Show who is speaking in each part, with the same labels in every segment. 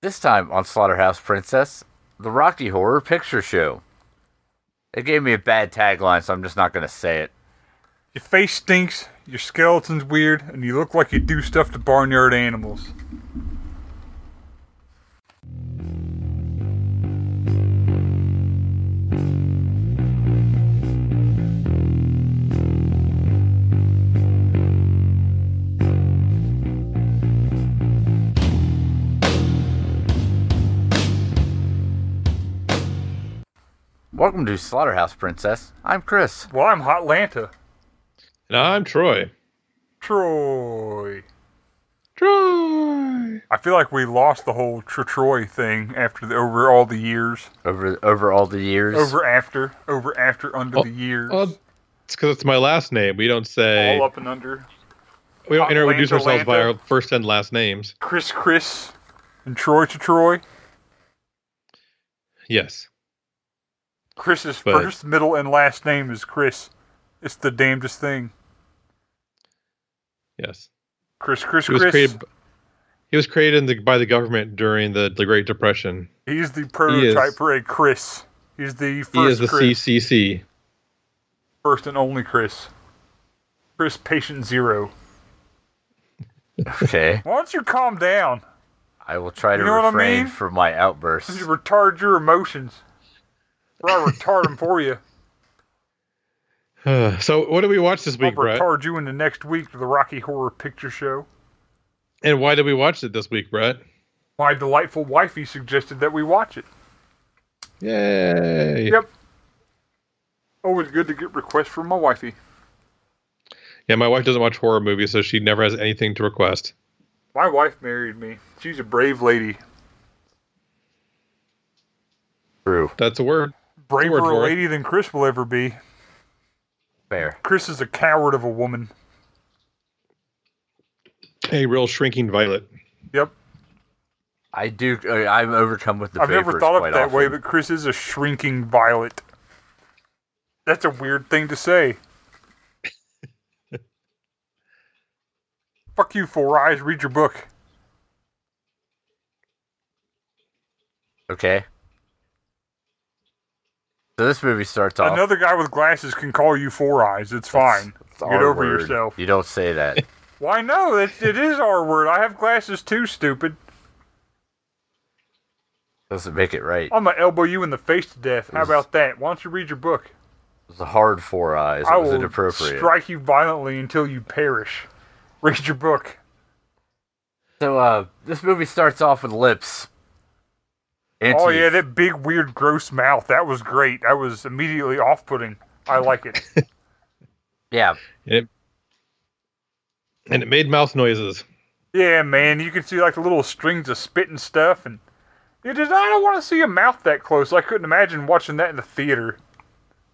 Speaker 1: This time on Slaughterhouse Princess, the Rocky Horror Picture Show. It gave me a bad tagline, so I'm just not going to say it.
Speaker 2: Your face stinks, your skeleton's weird, and you look like you do stuff to barnyard animals.
Speaker 1: Welcome to Slaughterhouse Princess. I'm Chris.
Speaker 2: Well, I'm Hot Lanta.
Speaker 3: And I'm Troy.
Speaker 2: Troy.
Speaker 3: Troy.
Speaker 2: I feel like we lost the whole tr- Troy thing after the, over all the years.
Speaker 1: Over over all the years,
Speaker 2: Over after, over after, under the years.
Speaker 3: Well, it's because it's my last name. We don't say
Speaker 2: all up and under.
Speaker 3: we don't
Speaker 2: up,
Speaker 3: introduce
Speaker 2: Lanta,
Speaker 3: ourselves by
Speaker 2: Lanta.
Speaker 3: our first and last names.
Speaker 2: Chris, Chris, and Troy to Troy.
Speaker 3: Yes.
Speaker 2: Chris's
Speaker 3: But-
Speaker 2: first, middle, and last name is Chris. It's the damnedest thing.
Speaker 3: Yes.
Speaker 2: Chris, Chris,
Speaker 3: He was
Speaker 2: Chris.
Speaker 3: created. He was created in the, by the government during the, the Great Depression.
Speaker 2: He's the prototype
Speaker 3: is-
Speaker 2: for a Chris. He's the first
Speaker 3: He is the
Speaker 2: Chris,
Speaker 3: CCC.
Speaker 2: first and only Chris. Chris Patient Zero.
Speaker 1: okay.
Speaker 2: Why don't you calm down?
Speaker 1: I will try to
Speaker 2: You know what I
Speaker 1: refrain
Speaker 2: mean?
Speaker 1: from my
Speaker 2: You
Speaker 1: outbursts.
Speaker 2: retard your emotions. Or I'll retard them for you.
Speaker 3: so what did we watch this
Speaker 2: I'll
Speaker 3: week, Brett?
Speaker 2: retard you in the next week to the Rocky Horror Picture Show.
Speaker 3: And why did we watch it this week, Brett?
Speaker 2: My delightful wifey suggested that we watch it.
Speaker 3: Yay.
Speaker 2: Yep. Always good to get requests from my wifey.
Speaker 3: Yeah, my wife doesn't watch horror movies, so she never has anything to request.
Speaker 2: My wife married me. She's a brave lady.
Speaker 1: True.
Speaker 3: That's a word.
Speaker 2: Braver
Speaker 3: for it.
Speaker 2: lady than Chris will ever be.
Speaker 1: Fair.
Speaker 2: Chris is a coward of a woman.
Speaker 3: A real shrinking violet.
Speaker 2: Yep.
Speaker 1: I do. Uh, I'm overcome with the
Speaker 2: I've never
Speaker 1: vapors
Speaker 2: thought of it
Speaker 1: quite
Speaker 2: that
Speaker 1: often.
Speaker 2: way, but Chris is a shrinking violet. That's a weird thing to say. Fuck you, Four Eyes. Read your book.
Speaker 1: Okay. So this movie starts off.
Speaker 2: Another guy with glasses can call you Four Eyes. It's fine.
Speaker 1: It's
Speaker 2: Get
Speaker 1: our
Speaker 2: over
Speaker 1: word.
Speaker 2: yourself.
Speaker 1: You don't say that.
Speaker 2: Why, no, it, it is our word. I have glasses too, stupid.
Speaker 1: Doesn't make it right.
Speaker 2: I'm going to elbow you in the face to death. How
Speaker 1: This-
Speaker 2: about that? Why don't you read your book?
Speaker 1: It's a hard four eyes.
Speaker 2: I
Speaker 1: It was
Speaker 2: will
Speaker 1: inappropriate.
Speaker 2: strike you violently until you perish. Read your book.
Speaker 1: so uh, this movie starts off with lips. And
Speaker 2: Oh
Speaker 1: teeth.
Speaker 2: yeah, that big weird gross mouth. That was great. That was immediately off-putting. I like it.
Speaker 1: yeah.
Speaker 3: And it, and it made mouth noises.
Speaker 2: yeah, man, you can see like the little strings of spit and stuff, and it is. I don't want to see a mouth that close. I couldn't imagine watching that in the theater.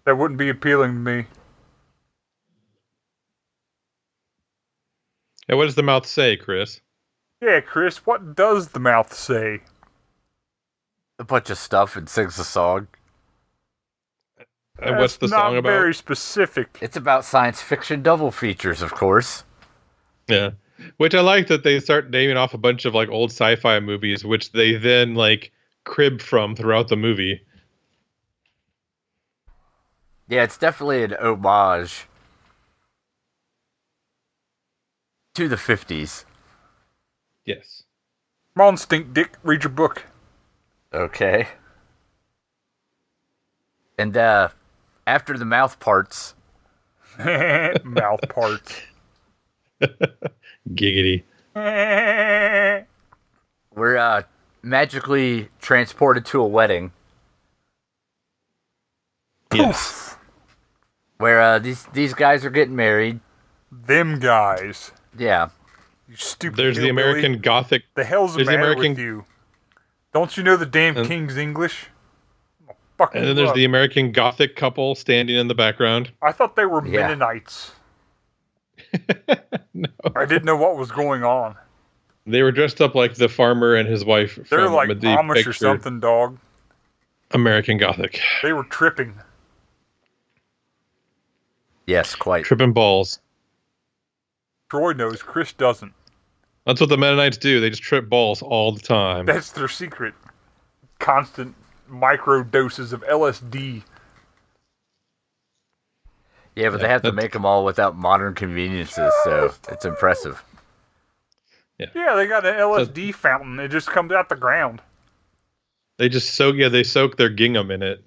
Speaker 2: That wouldn't be appealing to me.
Speaker 3: And what does the mouth say, Chris?
Speaker 2: Yeah, Chris, what does the mouth say?
Speaker 1: A bunch of stuff and sings a song.
Speaker 3: And what's the
Speaker 2: That's not
Speaker 3: song about?
Speaker 2: Very specific.
Speaker 1: It's about science fiction double features, of course.
Speaker 3: Yeah. Which I like that they start naming off a bunch of like old sci-fi movies, which they then like crib from throughout the movie.
Speaker 1: Yeah, it's definitely an homage to the 50s.
Speaker 3: Yes.
Speaker 2: Come on, stink dick, read your book.
Speaker 1: Okay. And uh after the mouth parts,
Speaker 2: mouth parts.
Speaker 3: Giggity.
Speaker 2: yeah,
Speaker 1: we're uh magically transported to a wedding
Speaker 3: Yes.
Speaker 1: where uh these these guys are getting married.
Speaker 2: them guys.
Speaker 1: Yeah.
Speaker 2: You stupid.
Speaker 3: There's the
Speaker 2: hillbilly.
Speaker 3: American Gothic
Speaker 2: The hell's the
Speaker 3: There's the
Speaker 2: matter with
Speaker 3: American-
Speaker 2: you? Don't you know the damn
Speaker 3: And-
Speaker 2: king's English? I'll fuck
Speaker 3: and
Speaker 2: you
Speaker 3: then there's
Speaker 2: up.
Speaker 3: the American Gothic couple standing in the background.
Speaker 2: I thought they were
Speaker 1: Yeah.
Speaker 2: Mennonites.
Speaker 3: No.
Speaker 2: I didn't know what was going on.
Speaker 3: They were dressed up like the farmer and his wife
Speaker 2: They're
Speaker 3: from
Speaker 2: like
Speaker 3: the
Speaker 2: Amish
Speaker 3: picture
Speaker 2: or something, dog.
Speaker 3: American Gothic.
Speaker 2: They were tripping.
Speaker 1: Yes, quite.
Speaker 3: Tripping balls.
Speaker 2: Troy knows, Chris doesn't.
Speaker 3: That's what the Mennonites do. They just trip balls all the time.
Speaker 2: That's their secret. Constant micro doses of LSD.
Speaker 1: Yeah, but they have to
Speaker 3: that's-
Speaker 1: make them all without modern conveniences, so it's impressive.
Speaker 2: Yeah, they got an LSD fountain. It just comes out the ground.
Speaker 3: They just soak. Yeah, they soak their gingham in it.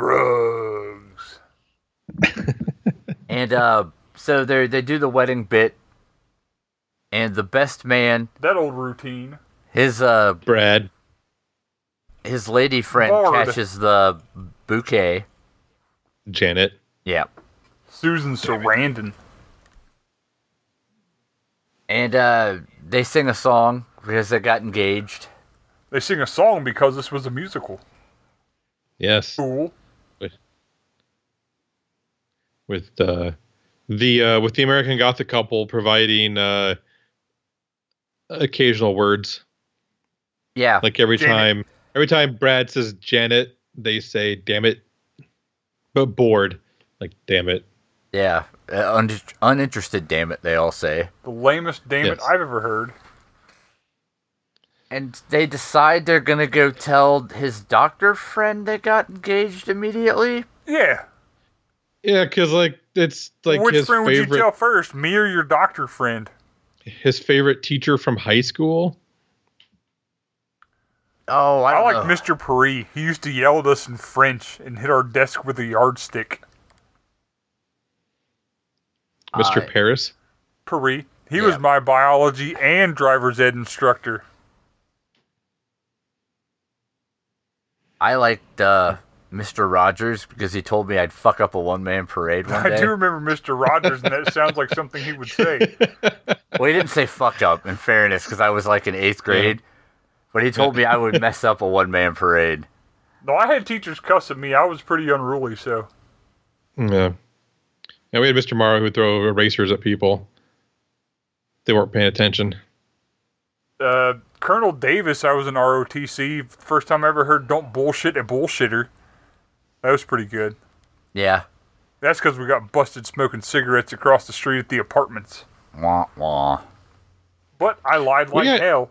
Speaker 2: Drugs.
Speaker 1: And uh, so they they do the wedding bit, and the best man,
Speaker 2: That old routine.
Speaker 1: his uh
Speaker 3: Brad.
Speaker 1: his lady friend
Speaker 2: Lord.
Speaker 1: catches the bouquet.
Speaker 3: Janet.
Speaker 1: Yeah,
Speaker 2: Susan Sarandon.
Speaker 1: and uh, they sing a song because they got engaged.
Speaker 2: They sing a song because this was a musical.
Speaker 3: Yes.
Speaker 2: Cool.
Speaker 3: With uh, the uh, with the American Gothic couple providing uh, occasional words.
Speaker 1: Yeah,
Speaker 3: Like every
Speaker 2: Janet.
Speaker 3: time every time Brad says Janet, they say damn it. But bored. Like damn it.
Speaker 1: yeah, uh, un- uninterested. Damn it, they all say.
Speaker 2: The lamest damn it
Speaker 3: Yes.
Speaker 2: I've ever heard.
Speaker 1: And they decide they're gonna go tell his doctor friend they got engaged immediately.
Speaker 2: Yeah.
Speaker 3: Yeah, because like it's like
Speaker 2: Which
Speaker 3: his
Speaker 2: friend would you
Speaker 3: favorite
Speaker 2: tell first? Me or your doctor friend?
Speaker 3: his favorite teacher from high school.
Speaker 1: Oh, I,
Speaker 2: I
Speaker 1: don't
Speaker 2: like
Speaker 1: know.
Speaker 2: Mr. Paris. He used to yell at us in French and hit our desk with a yardstick.
Speaker 3: Mr.
Speaker 1: Uh,
Speaker 3: Paris.
Speaker 2: Paris. He
Speaker 1: Yeah.
Speaker 2: was my biology and driver's ed instructor.
Speaker 1: I liked uh, Mr. Rogers because he told me I'd fuck up a one man parade one
Speaker 2: I
Speaker 1: day.
Speaker 2: do remember Mr. Rogers, and that sounds like something he would say.
Speaker 1: well, he didn't say fuck up, in fairness, because I was like in eighth grade. But he told me I would mess up a one man parade.
Speaker 2: No, I had teachers cuss at me. I was pretty unruly, so
Speaker 3: Yeah. And we had Mr. Morrow who would throw erasers at people. They weren't paying attention.
Speaker 2: uh, Colonel Davis, I was in ROTC. First time I ever heard "Don't bullshit a bullshitter." That was pretty good.
Speaker 1: Yeah.
Speaker 2: That's because we got busted smoking cigarettes across the street at the apartments.
Speaker 1: Wah, wah.
Speaker 2: But I lied like
Speaker 3: got-
Speaker 2: hell.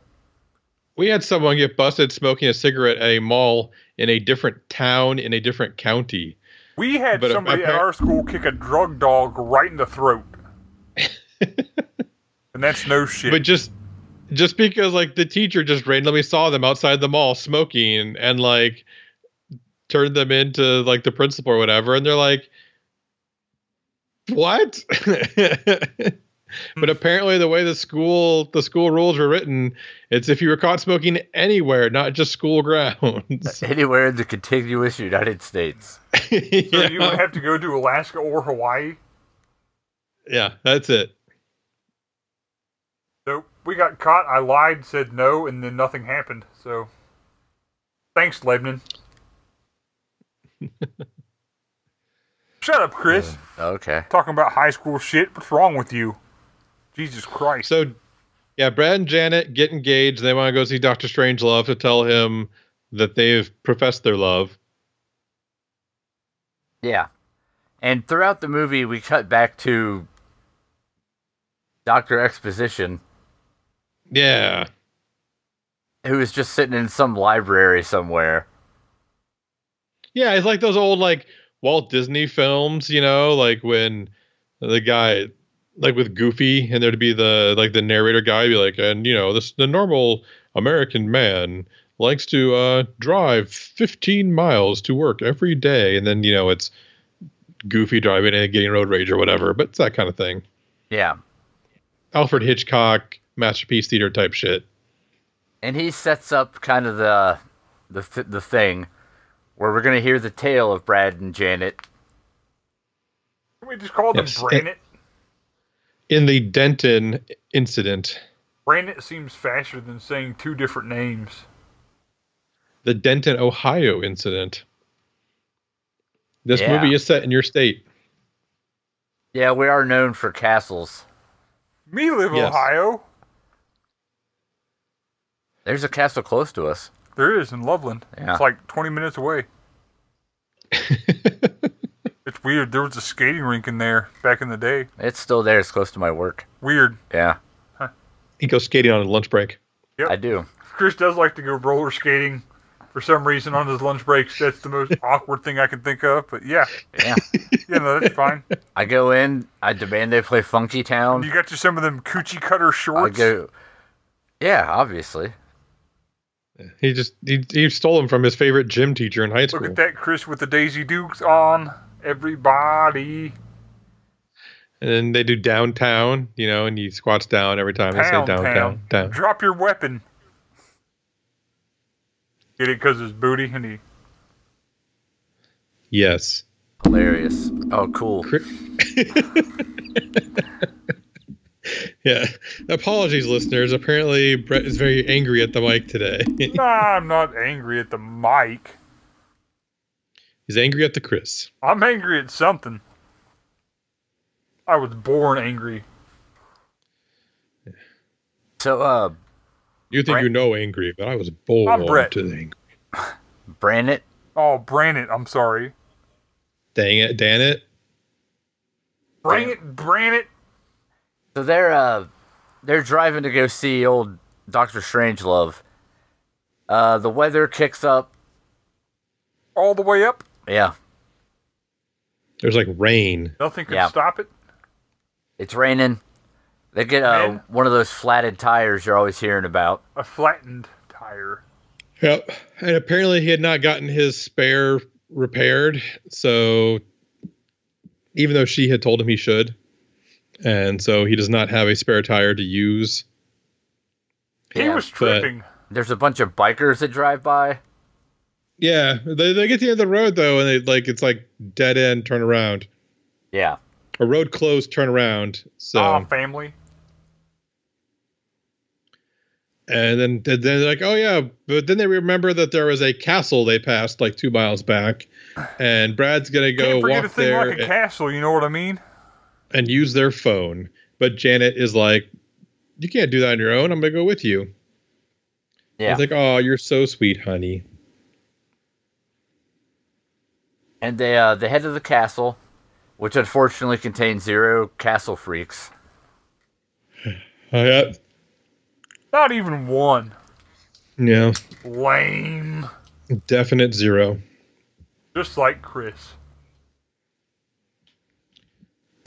Speaker 3: We had someone get busted smoking a cigarette at a mall in a different town in a different county.
Speaker 2: We had
Speaker 3: but
Speaker 2: somebody at
Speaker 3: appar-
Speaker 2: our school kick a drug dog right in the throat, and that's no shit.
Speaker 3: But just just because like the teacher just randomly saw them outside the mall smoking and like turned them into like the principal or whatever and they're like what? but apparently the way the school the school rules were written, it's if you were caught smoking anywhere, not just school grounds.
Speaker 1: Anywhere in the contiguous United States.
Speaker 2: so
Speaker 3: yeah.
Speaker 2: you would have to go to Alaska or Hawaii.
Speaker 3: yeah, that's it.
Speaker 2: So we got caught. I lied, said no, and then nothing happened. So thanks, Lebanon. Shut up, Chris.
Speaker 1: Okay.
Speaker 2: Talking about high school shit. What's wrong with you? Jesus Christ.
Speaker 3: So, yeah, Brad and Janet get engaged. They want to go see Doctor Strangelove to tell him that they've professed their love.
Speaker 1: Yeah. And throughout the movie, we cut back to Dr. Exposition,
Speaker 3: Yeah,
Speaker 1: who is just sitting in some library somewhere.
Speaker 3: yeah, it's like those old like Walt Disney films, you know, like when the guy like with Goofy and there'd be the like the narrator guy be like, and you know, this the normal American man likes to uh drive 15 miles to work every day and then you know it's goofy driving and getting road rage or whatever but it's that kind of thing
Speaker 1: Yeah.
Speaker 3: Alfred Hitchcock masterpiece theater type shit.
Speaker 1: and he sets up kind of the the th- the thing where we're gonna hear the tale of Brad and Janet.
Speaker 2: Can we just call them
Speaker 3: Yes.
Speaker 2: Branit?
Speaker 3: In the Denton incident,
Speaker 2: Branit seems faster than saying two different names.
Speaker 3: the Denton, Ohio incident. This
Speaker 1: Yeah.
Speaker 3: movie is set in your state.
Speaker 1: Yeah, we are known for castles.
Speaker 2: Me live
Speaker 3: Yes.
Speaker 2: Ohio.
Speaker 1: There's a castle close to us.
Speaker 2: There is in Loveland.
Speaker 1: Yeah.
Speaker 2: It's like 20 minutes away. it's It's weird. There was a skating rink in there back in the day.
Speaker 1: It's still there. It's close to my work.
Speaker 2: Weird.
Speaker 1: Yeah,
Speaker 3: He goes skating on his lunch break.
Speaker 2: Yep.
Speaker 1: I do.
Speaker 2: Chris does like to go roller skating for some reason on his lunch breaks. That's the most awkward thing I can think of. But yeah,
Speaker 1: Yeah.
Speaker 2: you know, that's fine.
Speaker 1: I go in. I demand they play Funky Town.
Speaker 2: You got you some of them coochie cutter
Speaker 1: I
Speaker 2: shorts.
Speaker 1: go. Yeah, obviously.
Speaker 3: He just he, he stole him from his favorite gym teacher in high
Speaker 2: Look
Speaker 3: school.
Speaker 2: at that, Chris, with the Daisy Dukes on. Everybody.
Speaker 3: And they do downtown, you know, and he squats down every time they say
Speaker 2: Pound,
Speaker 3: downtown.
Speaker 2: pound.
Speaker 3: Down.
Speaker 2: Drop your weapon. Get it because his booty and he.
Speaker 3: Yes.
Speaker 1: Hilarious. Oh, cool.
Speaker 3: Cri- yeah. Apologies, listeners. Apparently, Brett is very angry at the mic today.
Speaker 2: Nah, I'm not angry at the mic.
Speaker 3: He's angry at the Chris.
Speaker 2: I'm angry at something. I was born angry.
Speaker 1: So, uh,
Speaker 3: You think
Speaker 1: Brett-
Speaker 3: you know angry, but I was born
Speaker 2: Brett.
Speaker 3: to the angry.
Speaker 1: Brandit.
Speaker 2: Oh, Brandon, I'm sorry.
Speaker 3: Dang it, Dan it.
Speaker 2: Bring it, Brandon.
Speaker 1: So they're uh, they're driving to go see old Doctor Strangelove. Uh, the weather kicks up.
Speaker 2: All the way up.
Speaker 1: Yeah,
Speaker 3: There's like rain.
Speaker 2: Nothing could
Speaker 1: Yeah.
Speaker 2: stop it.
Speaker 1: it's raining. They get uh,
Speaker 2: Man.
Speaker 1: one of those flatted tires you're always hearing about.
Speaker 2: A flattened tire.
Speaker 3: Yep. And apparently he had not gotten his spare repaired. So even though she had told him he should. And so he does not have a spare tire to use.
Speaker 2: He
Speaker 1: Yeah,
Speaker 2: was
Speaker 3: but-
Speaker 2: tripping.
Speaker 1: There's a bunch of bikers that drive by.
Speaker 3: Yeah. They, they get to the end of the road though, and they like it's like dead end turn around.
Speaker 1: Yeah,
Speaker 3: A road closed turn around. So
Speaker 2: Ah, family.
Speaker 3: and then then they're like, oh yeah, but then they remember that there was a castle they passed like two miles back. And Brad's gonna
Speaker 2: Can't
Speaker 3: go
Speaker 2: forget a
Speaker 3: walk
Speaker 2: thing
Speaker 3: there. eh.
Speaker 2: like a
Speaker 3: and-
Speaker 2: castle, you know what I mean?
Speaker 3: and use their phone. But Janet is like, "You can't do that on your own. I'm gonna go with you."
Speaker 1: yeah.
Speaker 3: It's like, "Oh, you're so sweet, honey."
Speaker 1: and they uh, they head to the castle, which unfortunately contains zero castle freaks.
Speaker 3: Oh, yeah,
Speaker 2: Not even one.
Speaker 3: yeah,
Speaker 2: Lame.
Speaker 3: definite zero.
Speaker 2: Just like Chris.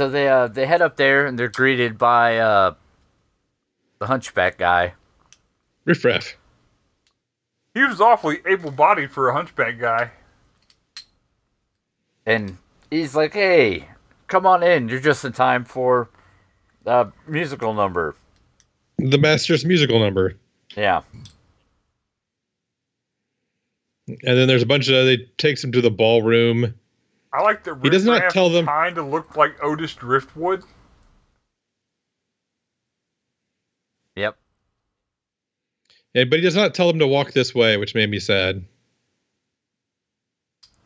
Speaker 1: So they uh, they head up there and they're greeted by uh, the hunchback guy.
Speaker 3: Riff raff.
Speaker 2: He was awfully able bodied for a hunchback guy.
Speaker 1: and he's like, "Hey, come on in. You're just in time for a musical number."
Speaker 3: The master's musical number,
Speaker 1: Yeah,
Speaker 3: and then there's a bunch of. They takes him to the ballroom.
Speaker 2: I like that
Speaker 3: He does not tell them-
Speaker 2: kind of looked like Otis Driftwood.
Speaker 1: yep.
Speaker 3: and- But he does not tell them to walk this way, which made me sad.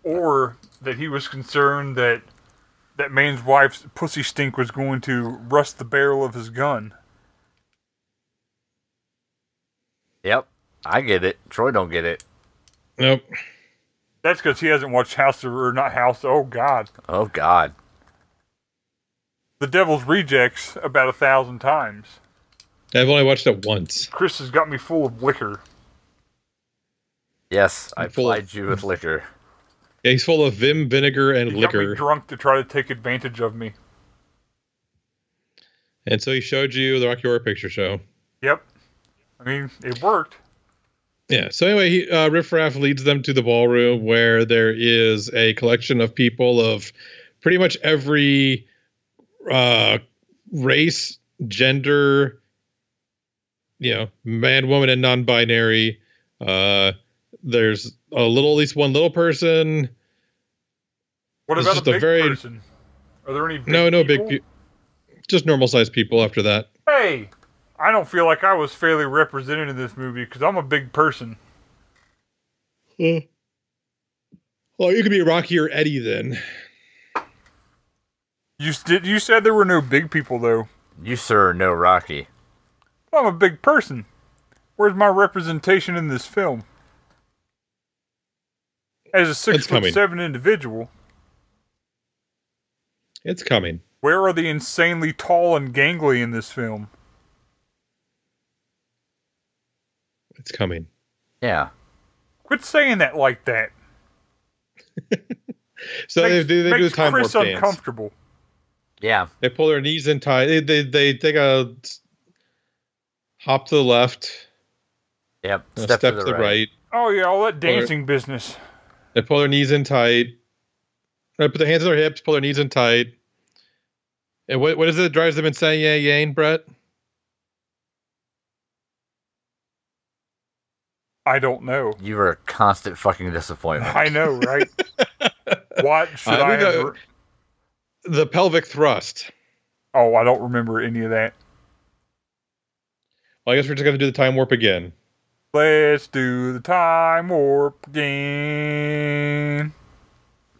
Speaker 2: or that he was concerned that that man's wife's pussy stink was going to rust the barrel of his gun.
Speaker 1: Yep. I get it. Troy don't get it.
Speaker 3: Nope.
Speaker 2: That's because he hasn't watched House of, or not House. Oh God,
Speaker 1: Oh God.
Speaker 2: The Devil's Rejects about a thousand times.
Speaker 3: I've only watched it once.
Speaker 2: Chris has got me full of liquor.
Speaker 1: Yes, I
Speaker 3: I'm full of-
Speaker 1: plied you with liquor.
Speaker 3: Yeah, he's full of vim, vinegar, and
Speaker 2: He got me
Speaker 3: liquor.
Speaker 2: drunk to try to take advantage of me.
Speaker 3: And so he showed you the Rocky Horror Picture Show.
Speaker 2: Yep. I mean, it worked.
Speaker 3: Yeah. So anyway, he, uh, Riff Raff leads them to the ballroom where there is a collection of people of pretty much every uh, race, gender, you know, man, woman, and non-binary. Uh, there's a little, at least one little person.
Speaker 2: What
Speaker 3: It's
Speaker 2: about
Speaker 3: just
Speaker 2: a
Speaker 3: a
Speaker 2: big
Speaker 3: very-
Speaker 2: person? Are there any? Big
Speaker 3: no, no
Speaker 2: people?
Speaker 3: big, pe- just normal-sized people. After that,
Speaker 2: Hey, I don't feel like I was fairly represented in this movie because I'm a big person.
Speaker 3: well, Oh, you could be Rocky or Eddie then.
Speaker 2: You s- did. You said there were no big people though.
Speaker 1: You sir no Rocky.
Speaker 2: Well, I'm a big person. Where's my representation in this film? As a six
Speaker 3: coming.
Speaker 2: foot seven individual,
Speaker 3: It's coming.
Speaker 2: Where are the insanely tall and gangly in this film?
Speaker 3: It's coming.
Speaker 1: Yeah.
Speaker 2: Quit saying that like that.
Speaker 3: So they
Speaker 2: Makes-
Speaker 3: do they do
Speaker 2: makes
Speaker 3: the time warp
Speaker 2: Chris
Speaker 3: dance.
Speaker 2: uncomfortable.
Speaker 1: Yeah.
Speaker 3: They pull their knees in tight. They, they they take a hop to the left,
Speaker 1: Yep.
Speaker 3: a step, to the right.
Speaker 2: Oh yeah, all that dancing business.
Speaker 3: They pull their knees in tight. They put their hands on their hips, pull their knees in tight. And what what is it that drives them insane? Yeah, Yang Brett.
Speaker 2: I don't know.
Speaker 1: You were a constant fucking disappointment.
Speaker 2: I know, right? what should
Speaker 3: I
Speaker 2: I,
Speaker 3: think
Speaker 2: have?
Speaker 3: I- The pelvic thrust.
Speaker 2: Oh, I don't remember any of that.
Speaker 3: Well, I guess we're just gonna do the time warp again.
Speaker 2: Let's do the time warp again.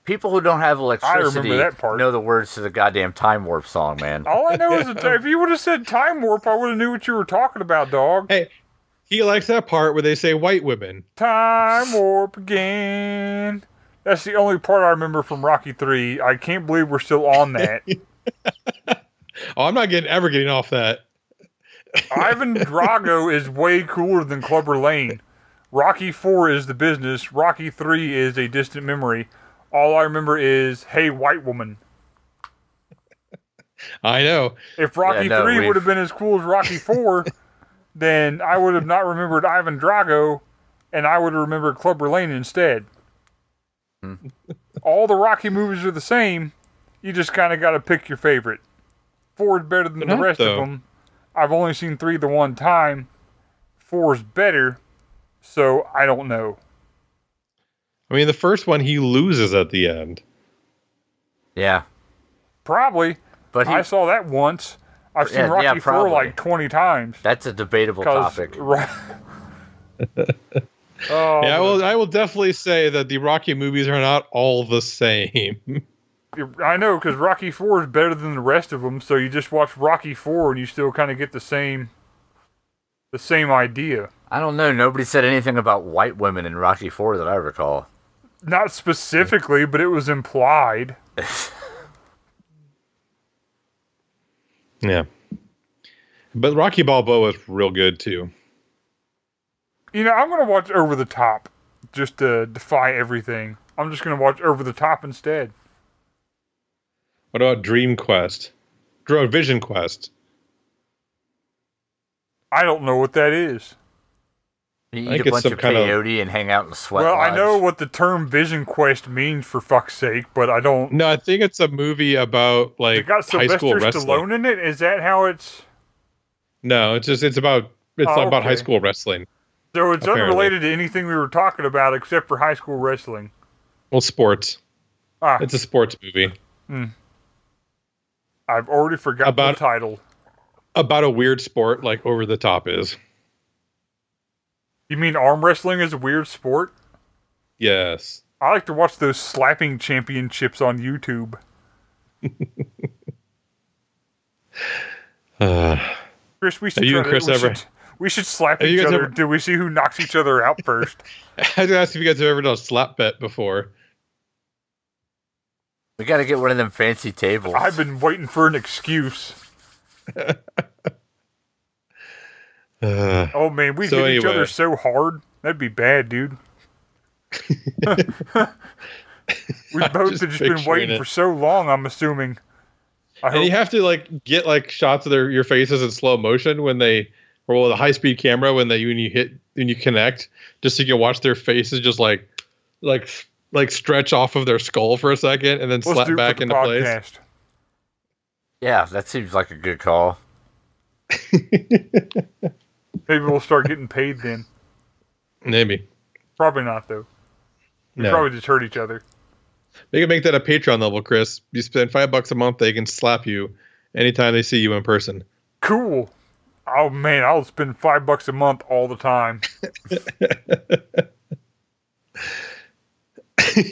Speaker 1: People who don't have electricity
Speaker 2: that part. Oh.
Speaker 1: know the words to the goddamn time warp song, man.
Speaker 2: All I know is that if you would have said time warp, I would have knew what you were talking about, dog.
Speaker 3: He likes that part where they say white women.
Speaker 2: Time warp again. That's the only part I remember from Rocky Three. I can't believe we're still on that.
Speaker 3: Oh, I'm not getting ever getting off that.
Speaker 2: Ivan Drago is way cooler than Clubber Lane. Rocky Four is the business. Rocky Three is a distant memory. All I remember is, "Hey, white woman."
Speaker 3: I know.
Speaker 2: If Rocky
Speaker 1: Yeah, no,
Speaker 2: Three
Speaker 1: we've-
Speaker 2: would have been as cool as Rocky Four, then I would have not remembered Ivan Drago, and I would have remembered Clubber Lane instead.
Speaker 1: Hmm.
Speaker 2: All the Rocky movies are the same. You just kind of got to pick your favorite. Four is better than
Speaker 3: They're
Speaker 2: the
Speaker 3: not,
Speaker 2: rest of
Speaker 3: though.
Speaker 2: them. I've only seen three the one time. Four is better, so I don't know.
Speaker 3: I mean, the first one he loses at the end.
Speaker 1: Yeah.
Speaker 2: Probably.
Speaker 1: But he,
Speaker 2: I saw that once. I've seen
Speaker 1: Yeah, yeah,
Speaker 2: Rocky Four
Speaker 1: probably.
Speaker 2: like twenty times.
Speaker 1: that's a debatable
Speaker 2: Because
Speaker 1: topic.
Speaker 2: Right. oh,
Speaker 3: yeah, I will. I will definitely say that the Rocky movies are not all the same.
Speaker 2: I know because Rocky Four is better than the rest of them. So you just watch Rocky Four and you still kind of get the same, the same idea.
Speaker 1: I don't know. Nobody said anything about white women in Rocky Four that I recall.
Speaker 2: Not specifically, but it was implied.
Speaker 3: yeah, but Rocky Balboa is real good too.
Speaker 2: You know, I'm gonna watch Over the Top just to defy everything. I'm just gonna watch Over the Top instead.
Speaker 3: What about Dream Quest? Dro Vision Quest.
Speaker 2: I don't know what that is.
Speaker 1: You
Speaker 3: I
Speaker 1: eat
Speaker 3: think
Speaker 1: a
Speaker 3: it's
Speaker 1: bunch
Speaker 3: some
Speaker 1: of
Speaker 3: kind of-
Speaker 1: peyote and hang out in sweat.
Speaker 2: well, I
Speaker 1: lodge.
Speaker 2: know what the term Vision Quest means for fuck's sake, but I don't.
Speaker 3: No, I think it's a movie about
Speaker 2: It
Speaker 3: like
Speaker 2: got
Speaker 3: high
Speaker 2: Sylvester
Speaker 3: school wrestling.
Speaker 2: Stallone in it. Is that how it's?
Speaker 3: No, it's just it's about it's
Speaker 2: Oh,
Speaker 3: about
Speaker 2: okay.
Speaker 3: high school wrestling.
Speaker 2: So it's
Speaker 3: Apparently.
Speaker 2: unrelated to anything we were talking about except for high school wrestling.
Speaker 3: Well, sports.
Speaker 2: Ah,
Speaker 3: It's a sports movie
Speaker 2: I've already forgotten
Speaker 3: About-
Speaker 2: the title.
Speaker 3: about a weird sport like over the top is.
Speaker 2: You mean arm wrestling is a weird sport?
Speaker 3: Yes.
Speaker 2: I like to watch those slapping championships on YouTube.
Speaker 3: Uh,
Speaker 2: Chris, we should.
Speaker 3: you
Speaker 2: try
Speaker 3: and
Speaker 2: to-
Speaker 3: Chris
Speaker 2: we
Speaker 3: ever-
Speaker 2: Should, we should slap
Speaker 3: Have you
Speaker 2: each
Speaker 3: guys
Speaker 2: other
Speaker 3: ever-
Speaker 2: Do we see who knocks each other out first.
Speaker 3: I had to ask if you guys have ever done a slap bet before.
Speaker 1: We got to get one of them fancy tables.
Speaker 2: I've been waiting for an excuse.
Speaker 3: Uh,
Speaker 2: Oh man, we
Speaker 3: So
Speaker 2: hit each
Speaker 3: anyway.
Speaker 2: other so hard. That'd be bad, dude. we
Speaker 3: I'm
Speaker 2: both have
Speaker 3: just
Speaker 2: just been
Speaker 3: picturing
Speaker 2: waiting
Speaker 3: it.
Speaker 2: for so long, I'm assuming. I
Speaker 3: and
Speaker 2: hope
Speaker 3: you have to like get like shots of their your faces in slow motion when they or with a high speed camera when they when you hit when you connect, just so you can watch their faces just like like like stretch off of their skull for a second and then
Speaker 2: let's do
Speaker 3: slap
Speaker 2: it for
Speaker 3: back
Speaker 2: the
Speaker 3: into place.
Speaker 2: podcast.
Speaker 1: yeah, that seems like a good call.
Speaker 2: Maybe we'll start getting paid then.
Speaker 3: Maybe.
Speaker 2: Probably not though. We
Speaker 3: No.
Speaker 2: probably just hurt each other.
Speaker 3: They can make that a Patreon level, Chris. You spend five bucks a month, they can slap you anytime they see you in person.
Speaker 2: Cool. Oh man, I'll spend five bucks a month all the time.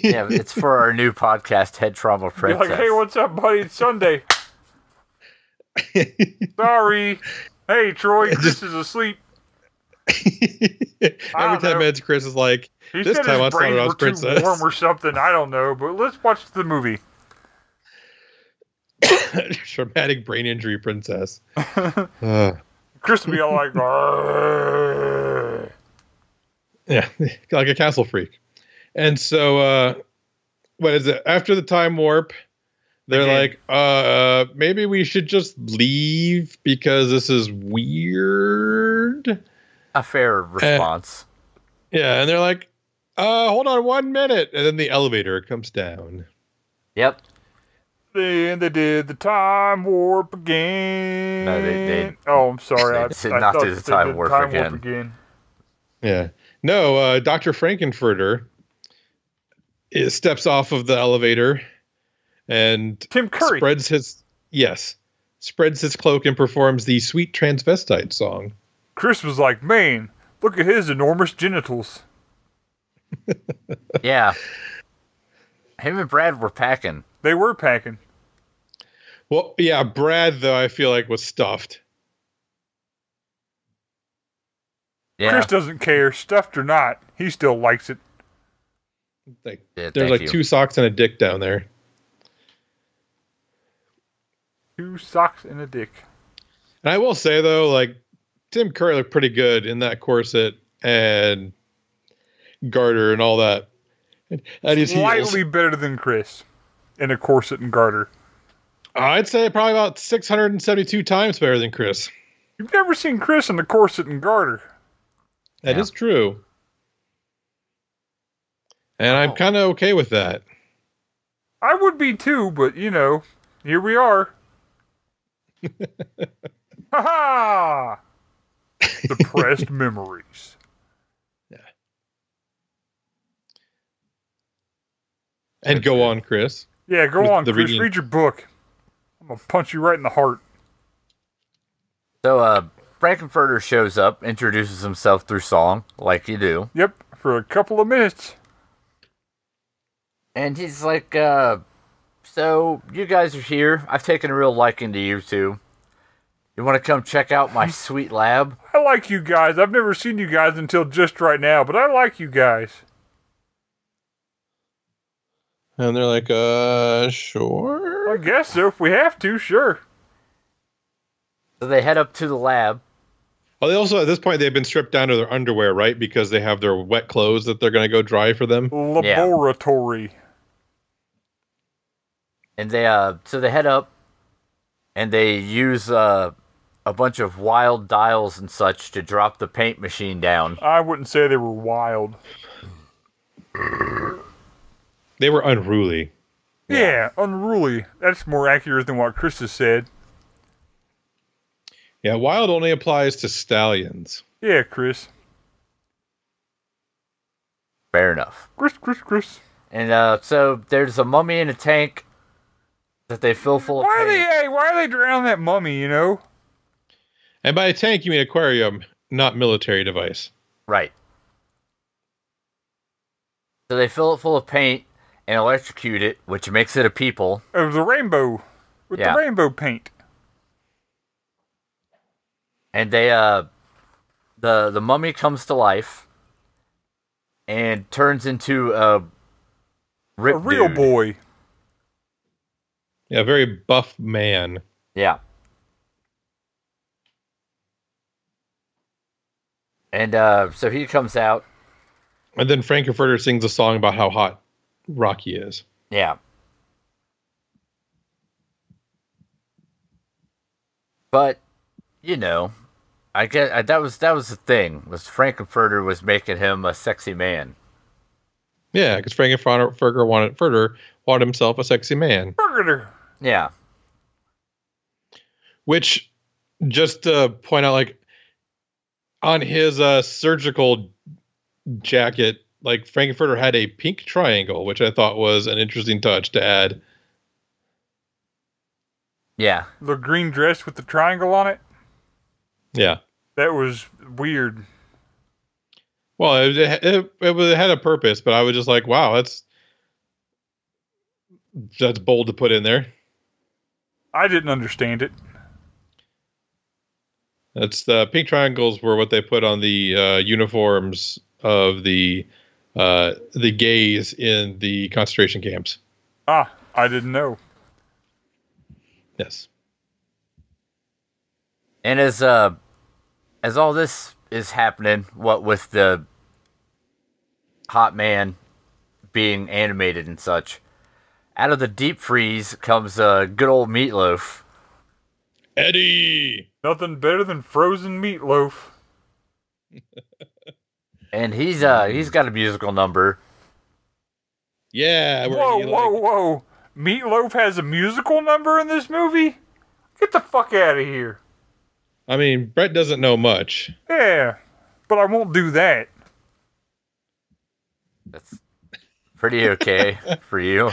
Speaker 1: Yeah, it's for our new podcast, Head Trauma
Speaker 2: Be
Speaker 1: Princess.
Speaker 2: like, hey, what's up, buddy? It's Sunday. Sorry. Hey, Troy, Chris is asleep.
Speaker 3: Every
Speaker 2: don't
Speaker 3: ten
Speaker 2: know.
Speaker 3: minutes, Chris is like,
Speaker 2: He
Speaker 3: This
Speaker 2: said
Speaker 3: time I
Speaker 2: his
Speaker 3: thought
Speaker 2: brains
Speaker 3: I was
Speaker 2: were too
Speaker 3: princess.
Speaker 2: warm or something. I don't know, but let's watch the movie.
Speaker 3: traumatic brain injury princess. Uh,
Speaker 2: Chris would be all like, "Grrrr."
Speaker 3: yeah, like a castle freak. And so, uh, what is it? After the time warp, they're
Speaker 2: Okay.
Speaker 3: like, uh, maybe we should just leave because this is weird.
Speaker 1: A fair
Speaker 3: Eh.
Speaker 1: response.
Speaker 3: Yeah, and they're like, uh, hold on one minute. And then the elevator comes down.
Speaker 1: yep.
Speaker 2: then they did the time warp again.
Speaker 1: No, they- they-
Speaker 2: Oh, I'm sorry. I,
Speaker 1: they did
Speaker 2: I
Speaker 1: not
Speaker 2: thought
Speaker 1: do the
Speaker 2: they
Speaker 1: time
Speaker 2: did
Speaker 1: warp again.
Speaker 3: Yeah. No, uh, Dr. Frankenfurter uh, steps off of the elevator and
Speaker 2: Tim Curry.
Speaker 3: spreads his yes spreads his cloak and performs the sweet transvestite song
Speaker 2: Chris was like, man, look at his enormous genitals.
Speaker 1: Yeah. Him and Brad were packing.
Speaker 2: They were packing.
Speaker 3: well yeah brad though i feel like was stuffed
Speaker 1: Yeah.
Speaker 2: Chris doesn't care, stuffed or not. He still likes it.
Speaker 3: like
Speaker 1: Yeah,
Speaker 3: there's
Speaker 1: thank
Speaker 3: like
Speaker 1: you.
Speaker 3: two socks and a dick down there
Speaker 2: Two socks and a dick.
Speaker 3: and i will say though like tim curry looked pretty good in that corset and garter and all that and, and his heels.
Speaker 2: Slightly better than Chris in a corset and garter.
Speaker 3: i'd say probably about 672 times better than chris
Speaker 2: You've never seen Chris in a corset and garter.
Speaker 3: That is
Speaker 1: Yeah.
Speaker 3: true and i'm
Speaker 1: Oh.
Speaker 3: kind of okay with that
Speaker 2: I would be too, but you know, here we are. ha ha! Depressed memories.
Speaker 3: and go on chris
Speaker 2: Yeah, go
Speaker 3: With
Speaker 2: on,
Speaker 3: the
Speaker 2: Chris.
Speaker 3: reading.
Speaker 2: Read your book. I'm gonna punch you right in the heart.
Speaker 1: So uh Frankenfurter shows up, introduces himself through song, like you do.
Speaker 2: Yep, for a couple of minutes.
Speaker 1: And he's like, uh so you guys are here. I've taken a real liking to you two. You wanna come check out my sweet lab?
Speaker 2: I like you guys. I've never seen you guys until just right now, but I like you guys.
Speaker 3: And they're like, uh,
Speaker 2: I
Speaker 3: sure.
Speaker 2: guess so. If we have to, sure.
Speaker 1: So they head up to the lab.
Speaker 3: Oh, they also at this point they've been stripped down to their underwear, right? Because they have their wet clothes that they're gonna go dry for them.
Speaker 2: Laboratory.
Speaker 1: and they uh so they head up and they use uh a bunch of wild dials and such to drop the paint machine down
Speaker 2: I wouldn't say they were wild.
Speaker 3: They were unruly.
Speaker 2: Yeah. unruly. That's more accurate than what Chris has said.
Speaker 3: Yeah, wild only applies to stallions.
Speaker 2: Yeah, Chris.
Speaker 1: fair enough
Speaker 2: Chris, Chris, Chris.
Speaker 1: and uh so there's a mummy in a tank that they fill full of
Speaker 2: Why are they?
Speaker 1: paint
Speaker 2: Hey, why are they drowning that mummy? You know,
Speaker 3: And by a tank you mean aquarium, not military device.
Speaker 1: right so they fill it full of paint and electrocute it which makes it a people
Speaker 2: of the rainbow, with
Speaker 1: Yeah.
Speaker 2: the rainbow paint.
Speaker 1: and they uh the the mummy comes to life and turns into a
Speaker 2: A
Speaker 1: rip
Speaker 2: real
Speaker 1: dude.
Speaker 2: boy.
Speaker 3: Yeah, very buff man.
Speaker 1: Yeah. And uh, so he comes out.
Speaker 3: And then Frankenfurter sings a song about how hot Rocky is.
Speaker 1: Yeah. But you know, I get I, that was that was the thing was Frankenfurter was making him a sexy man.
Speaker 3: Yeah, because Frankenfurter wanted Furter wanted himself a sexy man.
Speaker 2: Burger.
Speaker 1: Yeah.
Speaker 3: which just to point out like on his uh surgical jacket like frankfurter had a pink triangle which i thought was an interesting touch to add
Speaker 1: Yeah.
Speaker 2: The green dress with the triangle on it.
Speaker 3: yeah
Speaker 2: That was weird.
Speaker 3: well it, it, it, it, was- it had a purpose but i was just like wow that's that's bold to put in there
Speaker 2: I didn't understand it.
Speaker 3: that's the pink triangles were what they put on the uh, uniforms of the uh, the gays in the concentration camps
Speaker 2: Ah, I didn't know.
Speaker 3: Yes.
Speaker 1: And as uh as all this is happening, what with the hot man being animated and such, out of the deep freeze comes uh, good old meatloaf.
Speaker 3: Eddie.
Speaker 2: Nothing better than frozen meatloaf.
Speaker 1: And he's uh he's got a musical number.
Speaker 3: Yeah. where
Speaker 2: Whoa,
Speaker 3: he, like-
Speaker 2: whoa, whoa. Meatloaf has a musical number in this movie? Get the fuck out of here.
Speaker 3: I mean, Brett doesn't know much.
Speaker 2: Yeah, but I won't do that.
Speaker 1: That's pretty okay for you.